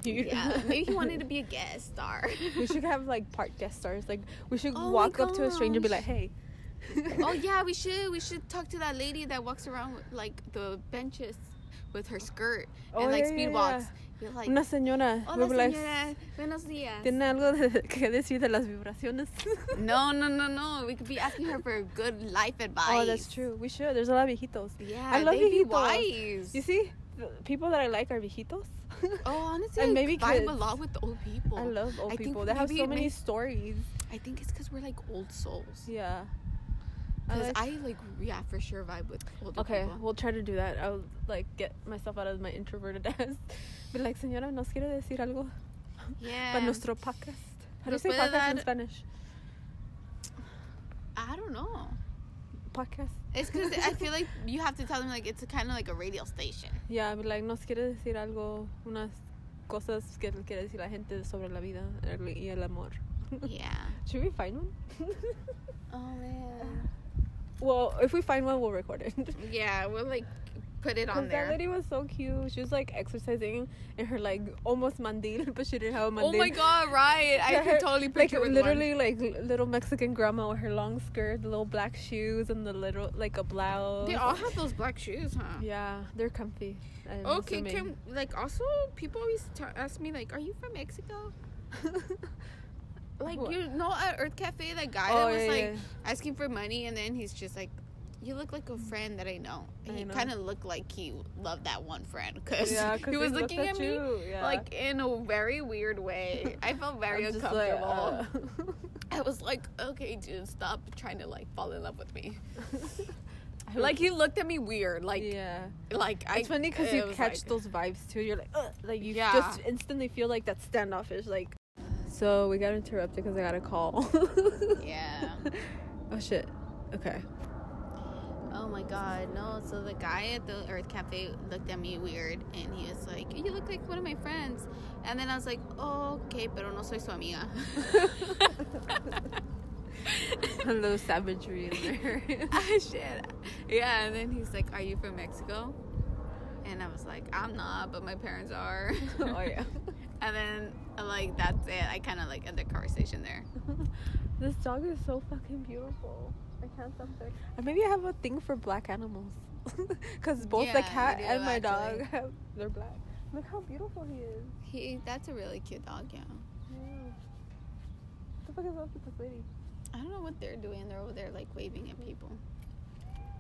S1: You- [laughs]
S2: yeah, maybe he wanted to be a guest star.
S1: we
S2: [laughs]
S1: should have like park guest stars. Like, we should
S2: Oh my
S1: walk up to a stranger and be
S2: gosh.
S1: like, hey.
S2: oh yeah, we should. We should talk to that lady that walks around with, like the benches with her skirt
S1: [laughs] Oh,
S2: and like
S1: yeah, yeah,
S2: speed
S1: yeah.
S2: walks. You're like,
S1: Una señora.
S2: hola
S1: We'll be like,
S2: señora, buenos días.
S1: ¿Tiene algo de- [laughs] que decir de las vibraciones?
S2: No, no, no, no. We could be asking her for good life advice.
S1: [laughs] Oh, that's true. We should. There's a lot of viejitos.
S2: Yeah,
S1: I love
S2: they be
S1: viejitos.
S2: wise.
S1: You see, the people that I like are viejitos.
S2: Oh, honestly,
S1: And
S2: I
S1: maybe
S2: vibe
S1: kids.
S2: a lot with the old people.
S1: I love old
S2: I think
S1: people. They have
S2: maybe
S1: so
S2: it
S1: many
S2: makes-
S1: stories.
S2: I think it's because we're like old souls.
S1: Yeah. I
S2: Because
S1: like-
S2: I like, yeah, for sure vibe with older
S1: Okay,
S2: people.
S1: we'll try to do that. I'll like get myself out of my introverted [laughs] ass. But like, señora, nos quiere decir algo
S2: Yeah.
S1: para nuestro podcast. How do you say
S2: Después de
S1: podcast in
S2: Em, dar-
S1: Spanish?
S2: I don't know.
S1: Podcast.
S2: It's because I
S1: [laughs]
S2: feel like you have to tell them like it's kind of like a radio station.
S1: Yeah, but like, nos quiere decir algo, unas cosas que le quiere decir la gente sobre la vida el- y el amor.
S2: Yeah.
S1: [laughs] Should we find
S2: [laughs]
S1: one?
S2: Oh man.
S1: well, if we find one, we'll record it.
S2: Yeah, we'll like put it
S1: 'Cause
S2: on
S1: that
S2: there.
S1: lady was so cute. She was like exercising in her like almost mandil, [laughs] but she didn't have a mandil.
S2: Oh my god! Right, I
S1: Yeah,
S2: could
S1: her-
S2: totally
S1: like
S2: picture with
S1: literally like l- little Mexican grandma with her long skirt, the little black shoes, and the little like a
S2: One.
S1: blouse.
S2: They all have those black shoes, huh?
S1: yeah, they're comfy. I'm
S2: Okay,
S1: assuming.
S2: can like also people always t- ask me like, are you from Mexico?
S1: [laughs]
S2: Like
S1: Wha-
S2: you know at Earth Cafe that guy
S1: Oh,
S2: that was
S1: yeah,
S2: like
S1: yeah.
S2: asking for money and then he's just like, you look like a friend that I know. And
S1: I
S2: he
S1: know.
S2: kind of looked like he loved that one friend because
S1: yeah, 'cause
S2: [laughs] he was
S1: they looked
S2: looking at, me
S1: you, yeah.
S2: like in a very
S1: [laughs]
S2: weird way. I felt very
S1: I'm just like,
S2: uncomfortable.
S1: uh,
S2: I was like, okay, dude, stop trying to like fall in love with me. [laughs] Like he looked at me weird, like
S1: uh. yeah,
S2: like I.
S1: it's funny because
S2: it
S1: you
S2: was
S1: catch
S2: like-
S1: those vibes too. You're like, Ugh, like you
S2: Yeah.
S1: just instantly feel like that standoffish. Like, so we got interrupted because I got a call. [laughs]
S2: Yeah.
S1: Oh shit.
S2: [laughs]
S1: Okay.
S2: Oh my god, no. So the guy at the Earth Cafe looked at me weird and he was like, You look like one of my friends. And then I was like, oh, Okay, pero no soy su [laughs] amiga.
S1: A little savagery in there.
S2: ah, shit. Yeah, and then he's like, Are you from Mexico? And I was like, I'm not, but my parents [laughs] are.
S1: [laughs] oh yeah. [laughs]
S2: And then, like, that's it. I kind of like end the conversation there.
S1: This dog is so fucking beautiful. I can't stop staring. And Maybe I have a thing for black animals. [laughs] Because both
S2: Yeah,
S1: the
S2: you
S1: cat
S2: do,
S1: and my dog
S2: actually.
S1: have, they're black. Look how beautiful he is.
S2: He, that's a really cute dog, yeah.
S1: Yeah. The fuck is up with this lady?
S2: I don't know what they're doing. They're over there like waving at people.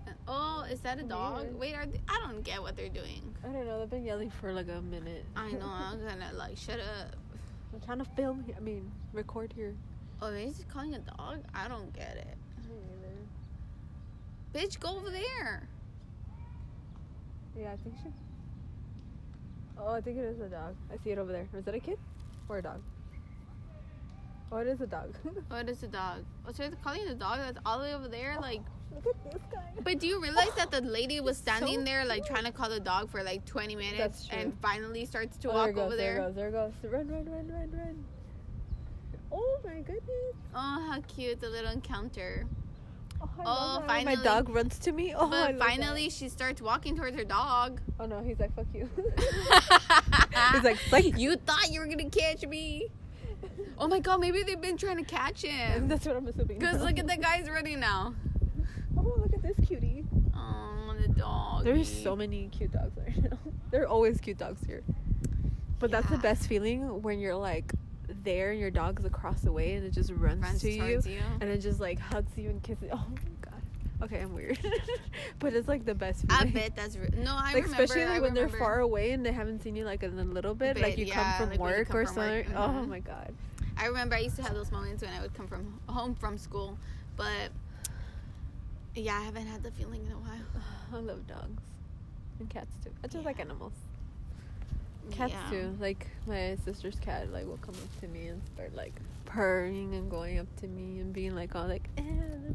S2: And- Oh, is that a dog?
S1: Weird.
S2: Wait, are they, I don't get what they're doing.
S1: I don't know. They've been yelling for like a minute.
S2: I know.
S1: [laughs]
S2: [laughs] I'm gonna like shut up.
S1: I'm trying to film. he- I mean, record here.
S2: Oh, is he calling a dog? I don't get it. Bitch, go over there.
S1: Yeah, I think she. Oh, I think it is a dog. I see it over there. Is that a kid? Or a dog. Oh, it is a dog. [laughs]
S2: What is a dog? Oh, so they're calling the dog that's all the way over there? [laughs] Like,
S1: Look at this guy.
S2: but do you realize that the lady was
S1: So
S2: standing there, like,
S1: cute.
S2: trying to call the dog for like 20 minutes
S1: That's true.
S2: and finally starts to
S1: Oh,
S2: walk
S1: there it goes,
S2: over
S1: there.
S2: there?
S1: it goes. There it goes. Run, run, run, run, run. Oh my goodness.
S2: Oh, how cute the little [laughs] encounter.
S1: Oh, I
S2: Oh,
S1: love that.
S2: finally.
S1: My dog runs to me. Oh, I
S2: but
S1: love that.
S2: finally, she starts walking towards her dog.
S1: Oh no, he's like, fuck [laughs] you.
S2: He's
S1: like, "Psych."
S2: You thought you were gonna catch me. Oh my god, maybe they've been trying to catch
S1: [laughs]
S2: him.
S1: That's what I'm assuming.
S2: Because
S1: now.
S2: look at the guys running now.
S1: Oh, look at this cutie.
S2: Oh, the dog.
S1: There's so many cute dogs right now. [laughs] There are always cute dogs here. But that's the
S2: Yeah.
S1: best feeling when you're like there and your dog's across the way and it just runs,
S2: friends
S1: to you,
S2: towards you.
S1: and it just like hugs you [laughs] and kisses. Oh my god. Okay, I'm weird. [laughs] but it's like the best
S2: I
S1: feeling. [laughs]
S2: bet that's re- no. I
S1: like
S2: remember.
S1: especially
S2: I
S1: like, when
S2: remember.
S1: they're far away and they haven't seen you like in a little bit, like
S2: Bit,
S1: you
S2: yeah,
S1: come from
S2: like, when you
S1: work
S2: come
S1: or
S2: from work,
S1: something. Oh
S2: mhm.
S1: my god.
S2: I remember I used to have those moments when I would come from home from school, but yeah, I haven't had the feeling in a while.
S1: [sighs]
S2: [laughs]
S1: I love dogs and cats too. I just like
S2: Yeah.
S1: animals. Cats
S2: Yeah.
S1: too. Like my sister's cat, like will come up to me and start like purring and going up to me and being like all like, eh,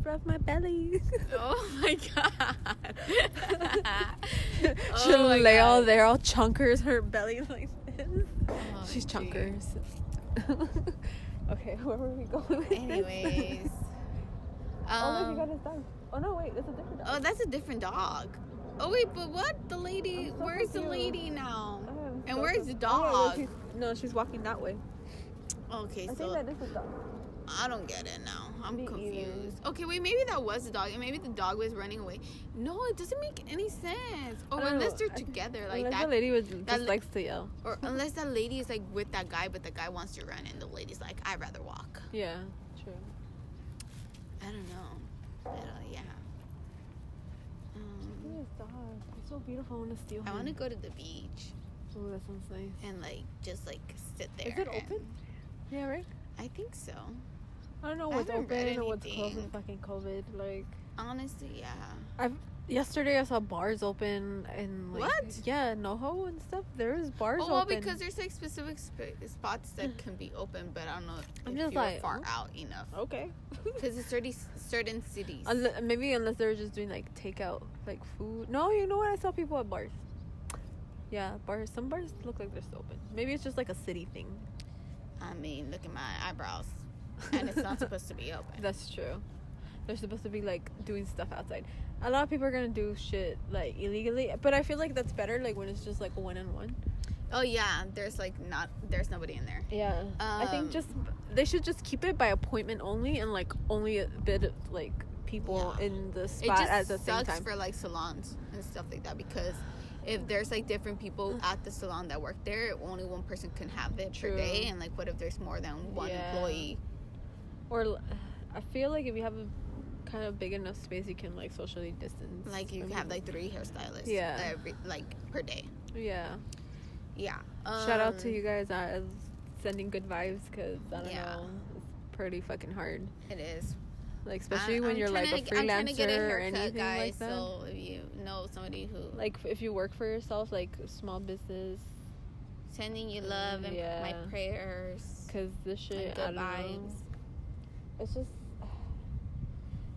S1: rub my
S2: [laughs]
S1: belly.
S2: Oh my god. Oh
S1: She'll
S2: my
S1: lay all
S2: God.
S1: there, all chunkers, her belly [laughs] like this.
S2: Oh,
S1: [laughs] She's
S2: gee.
S1: chunkers. [laughs] okay, where were we going? With this?
S2: Anyways.
S1: [laughs] oh, look, you got
S2: Um,
S1: his dog. Oh no, wait, that's a different dog.
S2: oh, that's a different dog. Oh wait, but what? The
S1: I'm
S2: lady?
S1: so
S2: Where's the
S1: confused.
S2: lady now?
S1: I am
S2: and
S1: so
S2: where's
S1: conf-
S2: the
S1: Oh,
S2: dog?
S1: wait, she's- no, she's walking that way.
S2: Okay,
S1: I think
S2: so
S1: that is the dog.
S2: I don't get it now. I'm
S1: Me either.
S2: confused. Okay, wait, maybe that was the dog, and maybe the dog was running away. No, it doesn't make any sense. Or
S1: I don't
S2: unless
S1: know.
S2: they're
S1: I think-
S2: together like
S1: Unless the
S2: that,
S1: lady was just
S2: li-
S1: likes to yell. [laughs]
S2: or unless that lady is like with that guy, but the guy wants to run, and the lady's like, "I'd rather walk."
S1: Yeah, true.
S2: I don't know. I don't, yeah. Um,
S1: Look at his dog. It's so beautiful. I want to steal him.
S2: I want to go to the beach
S1: Oh, that sounds nice.
S2: and like just like sit there.
S1: Is it
S2: and-
S1: open? Yeah, right.
S2: I think so.
S1: I don't know
S2: I
S1: what's
S2: haven't read
S1: open or what's closed
S2: anything.
S1: with fucking COVID. Like
S2: Honestly, yeah.
S1: yesterday, I saw bars open and like,
S2: What?
S1: Yeah, NoHo and stuff. There is bars
S2: oh well,
S1: open. [laughs]
S2: because there's like specific sp- spots
S1: [sighs]
S2: that can be open, but I don't know if
S1: I'm just
S2: you're
S1: like,
S2: far
S1: oh.
S2: out enough
S1: okay.
S2: because it's certain certain cities.
S1: Unle- maybe unless they were just doing like takeout, like food. No, you know what? I saw people at bars. Yeah, bars. Some bars look like they're still open. Maybe it's just like a city thing.
S2: I mean, look at my eyebrows, and it's
S1: [laughs]
S2: not supposed to be open.
S1: That's true. They're supposed to be like doing stuff outside. A lot of people are gonna do shit like illegally, but I feel like that's better like when it's just like one on one.
S2: Oh yeah, there's like not there's nobody in there.
S1: Yeah. I think
S2: Um,
S1: just they should just keep it by appointment only and like only a bit of like people
S2: Yeah.
S1: in the
S2: It
S1: spot
S2: just
S1: at the same
S2: sucks
S1: time.
S2: for like salons and stuff like that because if there's like
S1: [sighs]
S2: different people at the salon that work there, only one person can have it per
S1: True.
S2: day. And like, what if there's more than one
S1: Yeah.
S2: employee?
S1: or l- I feel like if you have a kind of big enough space, you can like socially distance.
S2: Like, you
S1: from
S2: can have
S1: people.
S2: like three hairstylists.
S1: Mm-hmm. Yeah.
S2: Every, like per day.
S1: yeah.
S2: Yeah.
S1: Shout out to
S2: Um,
S1: you guys at sending good vibes because I don't
S2: Yeah.
S1: know, it's pretty fucking hard.
S2: It is.
S1: like especially
S2: I'm-
S1: when
S2: I'm
S1: you're like
S2: tryna-
S1: a freelancer
S2: I'm tryna get a
S1: or
S2: haircut,
S1: anything
S2: guys,
S1: like that.
S2: So if you know somebody who
S1: Like if you work for yourself, like small business,
S2: sending you love and my
S1: Yeah.
S2: prayers
S1: because this
S2: and
S1: shit, I don't
S2: good
S1: know.
S2: vibes.
S1: It's just [sighs]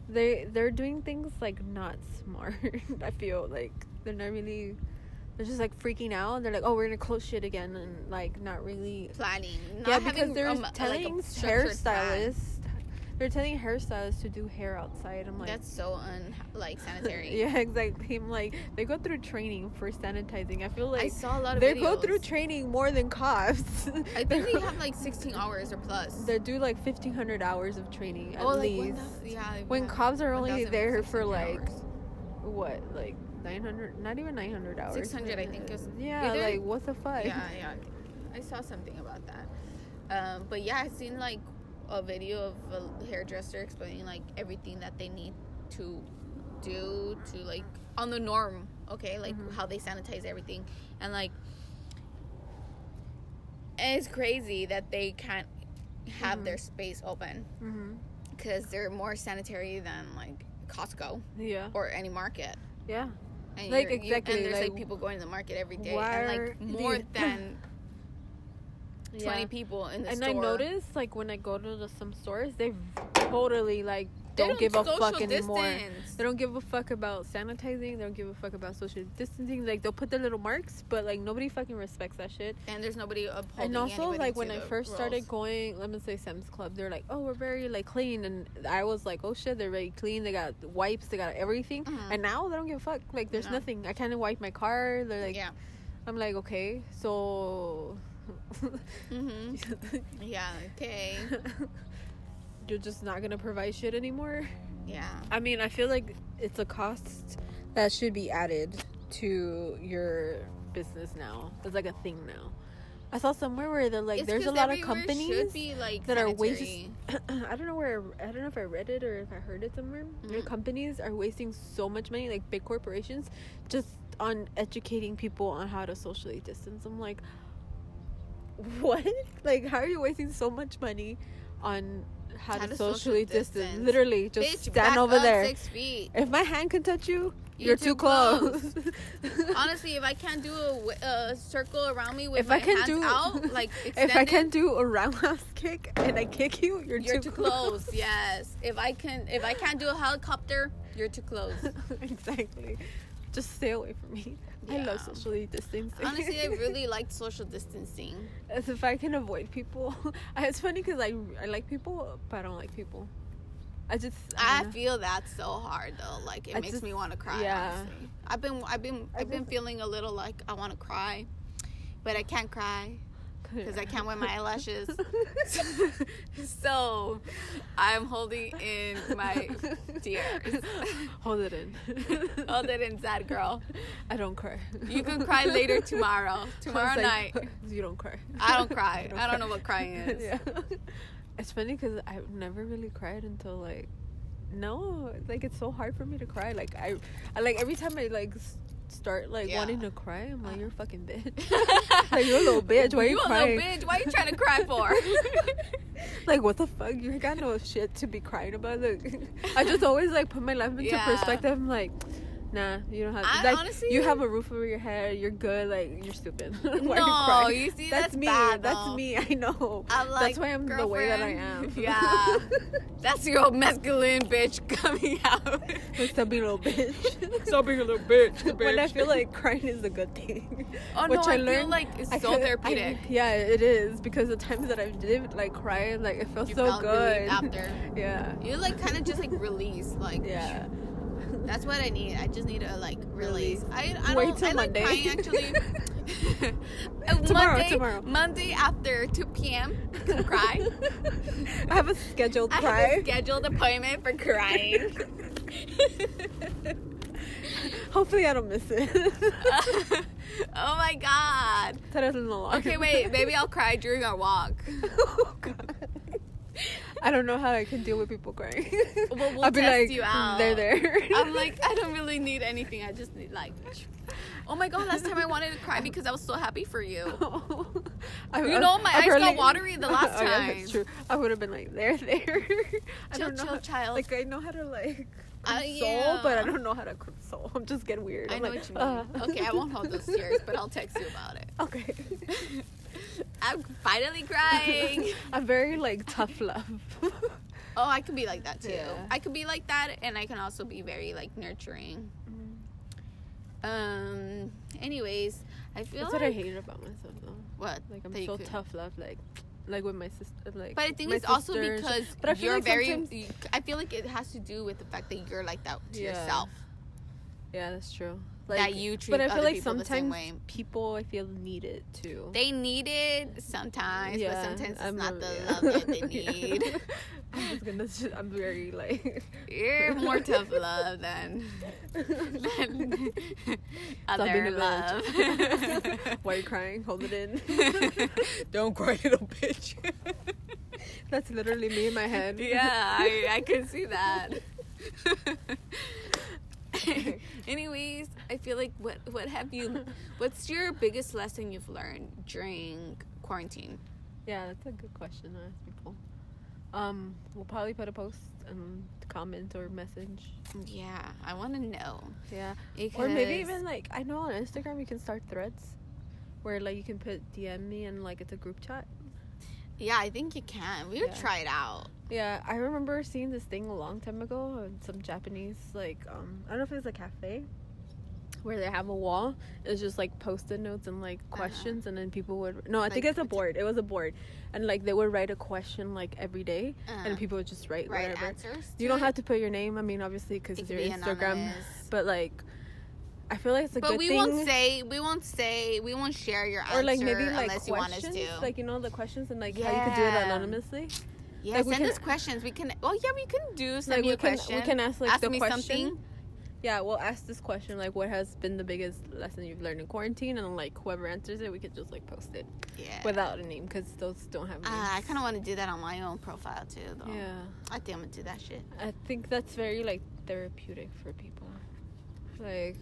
S1: they they're doing things like not smart. [laughs] I feel like they're not really. They're just like freaking out. and They're like, oh, we're gonna close shit again, and like not really
S2: Planning. Not
S1: yeah,
S2: having,
S1: because they're
S2: um, like, a
S1: telling
S2: structured plan.
S1: hairstylists, they're telling hairstylists to do hair outside. I'm like, [laughs]
S2: That's so un like sanitary.
S1: yeah, exactly. I'm like, they go through training for sanitizing. I feel
S2: I
S1: like
S2: saw a lot of
S1: they
S2: videos.
S1: go through training more than cops. They
S2: I
S1: [laughs]
S2: think they
S1: go-
S2: have like 16 hours or plus.
S1: they do like 1500 hours of training at
S2: oh, like
S1: least.
S2: 1,000 yeah, like,
S1: when
S2: yeah,
S1: cops are only
S2: 1,000,
S1: there for
S2: 1600
S1: like
S2: hours.
S1: what, like 900, not even 900 hours.
S2: 600, I think, is-
S1: Yeah,
S2: either-
S1: like what the fuck? [laughs]
S2: yeah, yeah. I saw something about that. Um, but yeah, I seen like a video of a hairdresser explaining like everything that they need to do to like on the norm, okay, like
S1: Mhm.
S2: how they sanitize everything and like it's crazy that they can't have
S1: Mhm.
S2: their space open
S1: hmm
S2: because they're more sanitary than like Costco
S1: Yeah.
S2: or any market.
S1: Yeah.
S2: And
S1: Like,
S2: you're- you-
S1: exactly,
S2: and there's like,
S1: like,
S2: people going to the market every day,
S1: why
S2: and
S1: are
S2: like more
S1: these-
S2: than twenty
S1: Yeah.
S2: people in the
S1: and
S2: store.
S1: I noticed like when I go to the, some stores, they totally like
S2: They
S1: don't, give a
S2: social
S1: fuck anymore.
S2: distance.
S1: They don't give a fuck about sanitizing. They don't give a fuck about social distancing. Like they'll put their little marks, but like nobody fucking respects that shit.
S2: And there's nobody upholding.
S1: and also
S2: anybody
S1: like
S2: to
S1: when I
S2: the
S1: first
S2: rules.
S1: started going, let me say Sam's Club, they're like, oh, we're very like clean, and I was like, oh shit, they're very clean. They got wipes. They got everything.
S2: Mhm.
S1: And now they don't give a fuck. Like there's
S2: No.
S1: nothing. I can't wipe my car. They're like,
S2: yeah.
S1: I'm like, okay, so. [laughs]
S2: hmm Yeah.
S1: [laughs]
S2: Okay.
S1: You're just not gonna provide shit anymore.
S2: Yeah.
S1: I mean, I feel like it's a cost that should be added to your business now. It's like a thing now. I saw somewhere where they're like,
S2: It's
S1: there's a
S2: 'cause
S1: lot of
S2: everywhere should
S1: companies
S2: be, like,
S1: that are waste-
S2: sanitary.
S1: [coughs] I don't know where I don't know if I read it or if I heard it somewhere. Your
S2: Mhm.
S1: companies are wasting so much money, like big corporations, just on educating people on how to socially distance. I'm like, [laughs] what? Like, how are you wasting so much money on how, to, socially distance?
S2: distance.
S1: Literally, just
S2: Bitch, back
S1: stand over
S2: up
S1: there.
S2: Six feet.
S1: If my hand can touch you,
S2: You're
S1: you're,
S2: too
S1: too, close. [laughs]
S2: Honestly, if I can't do a, w- a circle around me with
S1: if
S2: my
S1: I can
S2: hands
S1: do [laughs]
S2: out, like
S1: if I
S2: extended,
S1: can do a roundhouse [laughs] kick and I kick you, you're,
S2: you're too close. Yes. If I can, if I can't do a helicopter, you're too close.
S1: [laughs] exactly. Just stay away from me. I love
S2: Yeah.
S1: socially distancing.
S2: Honestly, I really liked social distancing.
S1: [laughs] as if I can avoid people. [laughs] it's funny because I I like people, but I don't like people. I just
S2: I
S1: don't know.
S2: feel that so hard though. Like it
S1: I
S2: makes
S1: just-
S2: me want to cry.
S1: yeah.
S2: Honestly. I've been, I've been,
S1: I
S2: I've been
S1: just-
S2: feeling a little like I want to cry, but I can't cry because I can't wear
S1: [laughs]
S2: my eyelashes. so I'm holding [laughs] in my
S1: [laughs]
S2: tears.
S1: Hold it in.
S2: [laughs] Hold it in, sad girl.
S1: I don't cry.
S2: You can cry
S1: [laughs]
S2: later tomorrow.
S1: I was
S2: Tomorrow
S1: like,
S2: night.
S1: [laughs] You don't cry.
S2: I
S1: [laughs]
S2: don't cry. I don't know what crying [laughs] is.
S1: Yeah. [laughs] It's funny because I've never really cried until like, no, like it's so hard for me to cry. Like I, I like every time I like s- start like
S2: Yeah.
S1: wanting to cry, I'm like, you're a fucking
S2: [laughs]
S1: bitch. like you're a little bitch. Why are you,
S2: you
S1: crying?
S2: a little bitch? Why you trying to cry for?
S1: [laughs] like what the fuck? You ain't got no shit to be crying about. Like, [laughs] [laughs] I
S2: [laughs]
S1: just always like put my life into
S2: Yeah.
S1: perspective. I'm like. Nah, you don't have.
S2: I
S1: like,
S2: honestly-
S1: you have a roof over your head. You're good. Like you're stupid. [laughs] Why are
S2: No,
S1: crying?
S2: you see, that's
S1: me.
S2: bad,
S1: that's
S2: though.
S1: me. [laughs] I know.
S2: I'm like,
S1: that's why I'm the way that I am. [laughs]
S2: "Girlfriend, yeah. That's your old masculine bitch coming out.
S1: Like stop being a little bitch.
S2: Stop being a little
S1: [laughs]
S2: bitch.
S1: when I feel like crying is a good thing.
S2: oh no,
S1: Which
S2: I,
S1: I
S2: feel
S1: learned-
S2: like it's
S1: I
S2: so
S1: could- I- [laughs]
S2: therapeutic.
S1: yeah, it is because the times that I did like cry, like it felt
S2: you
S1: so
S2: felt
S1: good.
S2: relieved after.
S1: [laughs] Yeah,
S2: You like kind of just like release, like
S1: yeah.
S2: That's what I need. I just need to like release.
S1: Release.
S2: I, I
S1: Wait
S2: don't.
S1: till
S2: I like
S1: Monday.
S2: crying
S1: [laughs]
S2: actually. Uh,
S1: Tomorrow,
S2: Monday,
S1: tomorrow.
S2: Monday after 2 p.m.
S1: [laughs]
S2: Come cry.
S1: I have a scheduled
S2: I
S1: cry.
S2: have a scheduled appointment
S1: [laughs]
S2: for crying. [laughs]
S1: Hopefully, I don't miss
S2: [laughs]
S1: it.
S2: oh my god.
S1: that isn't a lot. [laughs]
S2: Okay, wait. Maybe I'll cry during our walk.
S1: oh, God. I don't know how I can deal with people crying.
S2: Well, we'll
S1: I'll be
S2: test
S1: like, "Mm,
S2: you out.
S1: they're there.
S2: I'm like, I don't really need anything. I just need like. Oh my god! Last time I wanted to cry because I was so happy for you.
S1: [laughs] I,
S2: You know, my eyes got
S1: apparently- [laughs]
S2: watery the last
S1: Oh, yeah,
S2: time.
S1: that's true. I would have been like, there, [laughs] there. I
S2: Chill,
S1: don't know
S2: chill,
S1: how-
S2: child.
S1: Like, I know how to like console,
S2: Uh, yeah.
S1: but I don't know how to console. I'm just getting weird.
S2: I
S1: I'm
S2: know
S1: like,
S2: what you mean.
S1: uh.
S2: Okay, I
S1: [laughs]
S2: won't hold those tears, but I'll text you about it.
S1: Okay.
S2: I'm finally
S1: [laughs]
S2: crying.
S1: I'm very like tough love.
S2: [laughs] Oh, I could be like that too.
S1: Yeah.
S2: I could be like that, and I can also be very like nurturing. Um. Anyways, I feel
S1: That's
S2: like
S1: what I hated about myself though.
S2: what
S1: Like
S2: that
S1: I'm
S2: you
S1: so
S2: could-
S1: tough love, like like with my sister like
S2: But I think
S1: my
S2: it's also
S1: sisters.
S2: because
S1: But I feel
S2: you're
S1: like
S2: very.
S1: sometimes-
S2: you- I feel like it has to do with the fact that you're like that to
S1: Yeah.
S2: yourself.
S1: Yeah, that's true. Like
S2: that you treat
S1: but I
S2: other
S1: feel like
S2: people the same
S1: sometimes
S2: way.
S1: people I feel need it too.
S2: They need it sometimes, but
S1: Yeah,
S2: sometimes it's
S1: I'm
S2: not
S1: a-
S2: the
S1: yeah.
S2: love that they
S1: [laughs] Yeah.
S2: need.
S1: I'm just gonna. s- I'm very
S2: [laughs]
S1: like.
S2: You're more tough love than,
S1: [laughs]
S2: than
S1: Stop being
S2: other
S1: a
S2: love.
S1: bitch. [laughs] Why are you crying? Hold it
S2: [laughs]
S1: in.
S2: Don't cry, little bitch.
S1: [laughs] That's literally me in my head.
S2: [laughs] yeah, I, I
S1: [laughs]
S2: can see that. [laughs] Anyways, I feel like what what have you? What's your biggest lesson you've learned during quarantine?
S1: Yeah, that's a good question to ask people. Um, we'll probably put a post and comment or message.
S2: Yeah, I want to know.
S1: Yeah. Or maybe
S2: because-
S1: even like I know on Instagram you can start threads where like you can put DM me and like it's a group chat.
S2: Yeah, I think you can. We would
S1: Yeah.
S2: try it out.
S1: Yeah, I remember seeing this thing a long time ago in some Japanese like um I don't know if it was a cafe where they have a wall. It's just like post-it notes and like questions, and then people would no, I think
S2: Like,
S1: it's a
S2: what-
S1: board. It was a board, and like they would write a question like every day,
S2: Uh-huh.
S1: and people would just write
S2: Right
S1: whatever.
S2: answers.
S1: You don't have to put your name. I mean, obviously, because
S2: It
S1: it's
S2: could
S1: your
S2: be
S1: Instagram.
S2: anonymous.
S1: But like, I feel like it's a
S2: But
S1: good
S2: we
S1: thing.
S2: won't say. We won't say. We won't share your answer
S1: or like maybe like
S2: unless you want us
S1: questions,
S2: to.
S1: like you know the questions and like how you could do it
S2: Yeah.
S1: anonymously.
S2: yeah,
S1: like, we
S2: send
S1: can-
S2: us questions. We can. Well, yeah, we can do. Send
S1: Like
S2: me
S1: we
S2: a
S1: can
S2: question.
S1: we can ask like
S2: ask
S1: the
S2: me
S1: question.
S2: something.
S1: Yeah, we'll ask this question like, what has been the biggest lesson you've learned in quarantine? And like, whoever answers it, we could just like post it
S2: Yeah.
S1: without a name because those don't have
S2: uh,
S1: names.
S2: I kind of want to do that on my own profile too, though.
S1: yeah,
S2: I think I'm gonna do that shit.
S1: I think that's very like therapeutic for people. Like,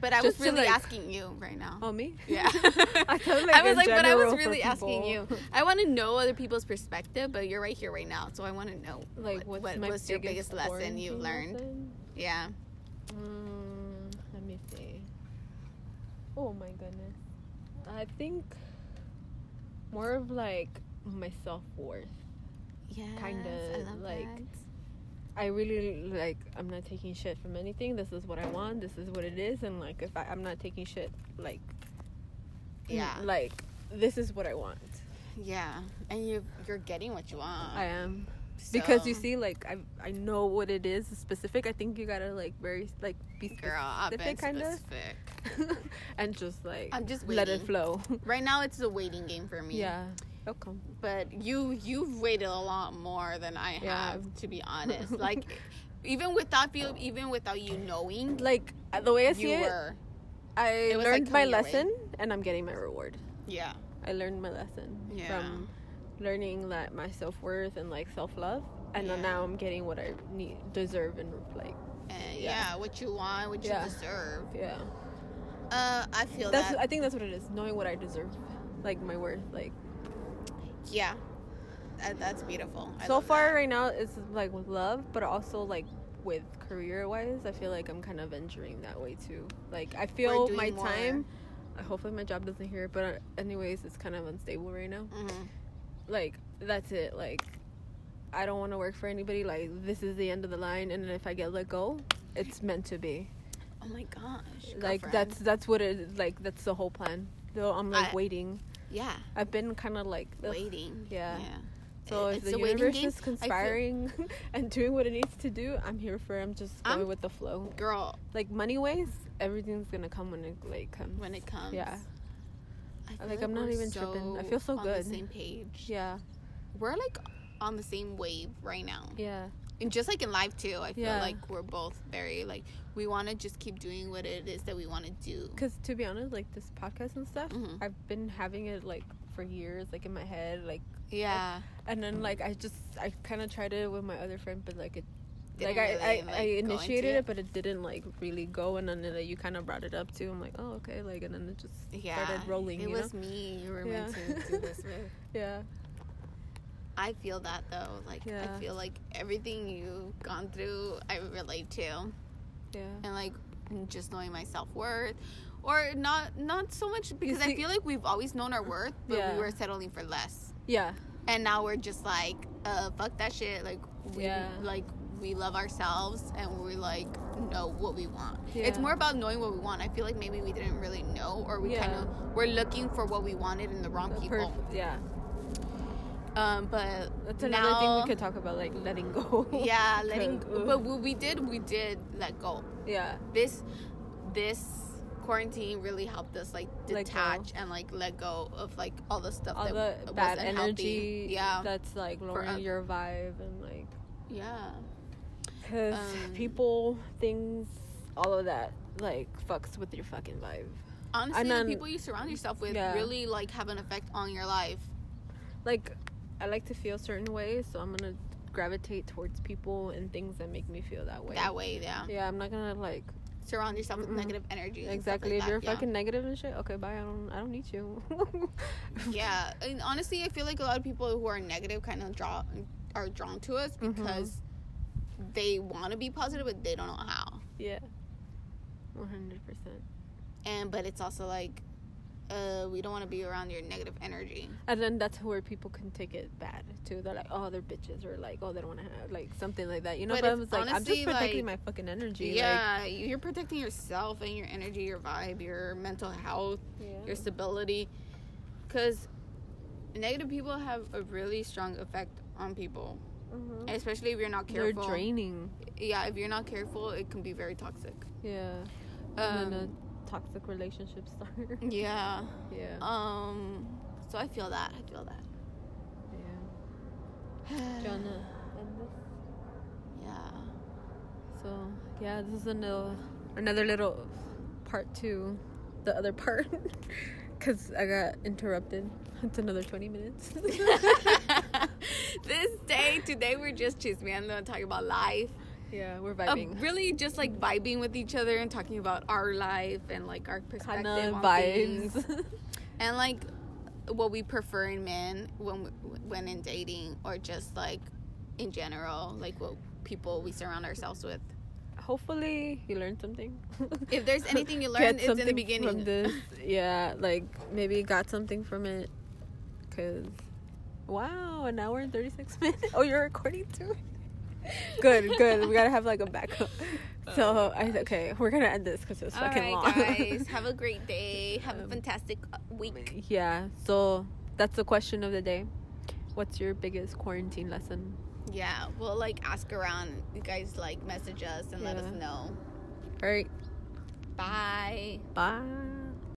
S2: But I
S1: Just
S2: was
S1: to,
S2: really
S1: like-
S2: asking you right now.
S1: oh me?
S2: [laughs] Yeah.
S1: [laughs] I thought, like,
S2: I was
S1: in
S2: like, but I
S1: general
S2: was
S1: for
S2: really asking you.
S1: people.
S2: I want to know other people's perspective, but you're right here right now, so I want to know.
S1: Like, what's
S2: what
S1: my
S2: was your biggest lesson you
S1: quarantine
S2: learned?
S1: lesson?
S2: Yeah.
S1: Mm, let me see. Oh my goodness. I think more of like my self worth.
S2: Yeah.
S1: Kinda, like, I really like I'm not taking shit from anything. This is what I want. This is what it is and like if I, I'm not taking shit like mm,
S2: Yeah.
S1: Like this is what I want.
S2: Yeah, and you you're getting what you want.
S1: I am because you
S2: Oh. So,
S1: see like I I know what it is specific. I think you got to like very like be specific
S2: girl, I've been
S1: specific, kinda.
S2: specific.
S1: [laughs] and just like
S2: I'm just
S1: let it
S2: waiting.
S1: flow. [laughs]
S2: Right now, it's a waiting game for me.
S1: yeah. Welcome.
S2: but you you've waited a lot more than I
S1: Yeah.
S2: have, to be
S1: [laughs]
S2: honest. Like, even without you, even without you knowing,
S1: Like uh, the way I see
S2: you
S1: it,
S2: were.
S1: I
S2: it was, like,
S1: learned my
S2: coming your way.
S1: lesson and I'm getting my reward.
S2: Yeah,
S1: I learned my lesson
S2: Yeah.
S1: from learning that my self worth and like self love, and
S2: Yeah.
S1: now I'm getting what I need, deserve, and like
S2: and yeah.
S1: Yeah.
S2: what you want, what you
S1: Yeah.
S2: deserve.
S1: yeah.
S2: Uh, I feel
S1: that's
S2: that.
S1: I think that's what it is. Knowing what I deserve, like my worth. Like
S2: yeah, that, that's beautiful. I
S1: so
S2: love
S1: far
S2: that.
S1: right now, it's like with love, but also like with career wise, I feel like I'm kind of venturing that way too. Like I feel
S2: doing
S1: my
S2: more.
S1: time. I Hopefully my job doesn't hear it, but uh, anyways, it's kind of unstable right now.
S2: Mhm.
S1: like that's it like i don't want to work for anybody like this is the end of the line and if i get let go it's meant to be
S2: Oh my gosh,
S1: like
S2: girlfriend.
S1: that's that's what it is like that's the whole plan though i'm like
S2: I-
S1: waiting
S2: yeah,
S1: i've been kind of like ugh.
S2: waiting.
S1: yeah.
S2: yeah.
S1: so
S2: It-
S1: if
S2: it's
S1: the
S2: a waiting
S1: universe
S2: game.
S1: is
S2: I feel-
S1: conspiring [laughs] and doing what it needs to do i'm here for it. i'm just going
S2: I'm-
S1: with the flow
S2: girl,
S1: like money ways everything's gonna come when it like comes
S2: when it comes.
S1: yeah
S2: I feel
S1: Like, I'm not
S2: we're
S1: even tripping. I feel so
S2: on
S1: good.
S2: The same page.
S1: yeah
S2: We're like on the same wave right now,
S1: yeah
S2: and just like in life too. I feel
S1: Yeah.
S2: like we're both very like we want to just keep doing what it is that we want to do.
S1: because to be honest like this podcast and stuff
S2: Mhm.
S1: i've been having it like for years like in my head like
S2: Yeah,
S1: and then like I just I kind of tried it with my other friend, but like it,
S2: Didn't
S1: like I I,
S2: really, like,
S1: I
S2: go into
S1: initiated it.
S2: it.
S1: but it didn't like really go, and then like, you kind of brought it up too. I'm like, oh okay, like and then it just
S2: yeah.
S1: started rolling.
S2: It
S1: you
S2: was
S1: know?
S2: me. You were meant
S1: Yeah.
S2: to do
S1: [laughs]
S2: this with.
S1: yeah,
S2: I feel that though. Like
S1: Yeah.
S2: I feel like everything you've gone through, I relate to.
S1: yeah,
S2: and like just knowing my self worth, or not not so much because I
S1: see-
S2: feel like we've always known our worth, but
S1: Yeah.
S2: we were settling for less,
S1: yeah,
S2: and now we're just like, uh, fuck that shit. Like we
S1: Yeah.
S2: like we love ourselves and we like know what we want. It's
S1: Yeah.
S2: more about knowing what we want. I feel like maybe we didn't really know, or we
S1: Yeah.
S2: kind of we're looking for what we wanted in the wrong
S1: The
S2: people.
S1: perf- yeah.
S2: um, but
S1: That's another
S2: now.
S1: thing we could talk about, like letting go.
S2: [laughs] yeah, letting.
S1: Cause, ugh.
S2: But what we did, we did let go.
S1: [laughs] yeah,
S2: this this quarantine really helped us like
S1: Let
S2: detach and like let go of like all the stuff
S1: all the
S2: that
S1: bad
S2: was unhealthy.
S1: energy.
S2: yeah
S1: that's like lowering
S2: um,
S1: your vibe and like
S2: yeah
S1: because
S2: Um,
S1: people, things, all of that like fucks with your fucking vibe.
S2: honestly
S1: And then-
S2: the people you surround yourself with
S1: Yeah.
S2: really like have an effect on your life
S1: like I like to feel certain ways, so I'm gonna gravitate towards people and things that make me feel that way.
S2: that way yeah
S1: Yeah, I'm not gonna like
S2: surround yourself with
S1: Mm-mm.
S2: negative energy and stuff
S1: exactly
S2: like
S1: if
S2: that,
S1: you're
S2: yeah.
S1: fucking negative and shit. Okay, bye. I don't I don't need you. [laughs]
S2: yeah and honestly i feel like a lot of people who are negative kind of draw are drawn to us
S1: Mhm.
S2: because they want to be positive but they don't know how
S1: yeah. One hundred percent.
S2: and but it's also like uh, we don't want to be around your negative energy.
S1: And then that's where people can take it bad too. They're like, oh, they're bitches, or like, oh, they don't want to have like something like that. You know,
S2: But
S1: but, I
S2: it's
S1: was like, I'm just
S2: honestly,
S1: protecting
S2: like-
S1: my fucking energy.
S2: yeah, you're protecting yourself and your energy, your vibe, your mental health,
S1: Like, yeah.
S2: your stability. Because negative people have a really strong effect on people,
S1: Mhm.
S2: especially if you're not
S1: They're
S2: Mm-hmm. careful.
S1: draining.
S2: Yeah, if you're not careful, it can be very toxic.
S1: Yeah. and then
S2: Um,
S1: a toxic [laughs] relationship starter.
S2: yeah.
S1: yeah.
S2: Um. So I feel that. I feel that.
S1: yeah. [sighs] Trying to end this.
S2: yeah. [laughs]
S1: So yeah, this is another another little part two, the other part, [laughs] because I got interrupted. It's another twenty minutes.
S2: this day today we're just chismeando and talking about life.
S1: [laughs] yeah, we're
S2: Uh,
S1: vibing.
S2: really just like vibing with each other and talking about our life and like our perspective
S1: Kind of
S2: on things
S1: vibes.
S2: and like what we prefer in men when when in dating or just like in general like what people we surround ourselves with.
S1: [laughs] Hopefully, you learned something.
S2: If there's
S1: [laughs]
S2: anything
S1: Get
S2: you learn, it's in the
S1: something
S2: beginning.
S1: From [laughs] this. Yeah, like maybe got something from it. Cause wow, an hour and thirty six minutes. Oh, you're recording too. good, good. We gotta have like a
S2: [laughs]
S1: backup. So I okay, we're gonna end this because it's
S2: Oh, All
S1: fucking
S2: right,
S1: long. [laughs]
S2: guys. [laughs] Have a great day. Have a
S1: Um,
S2: fantastic uh, week.
S1: yeah. So that's the question of the day. What's your biggest quarantine lesson?
S2: Yeah, we'll like ask around. You guys like message us and let
S1: Yeah.
S2: us know.
S1: All right.
S2: Bye.
S1: Bye.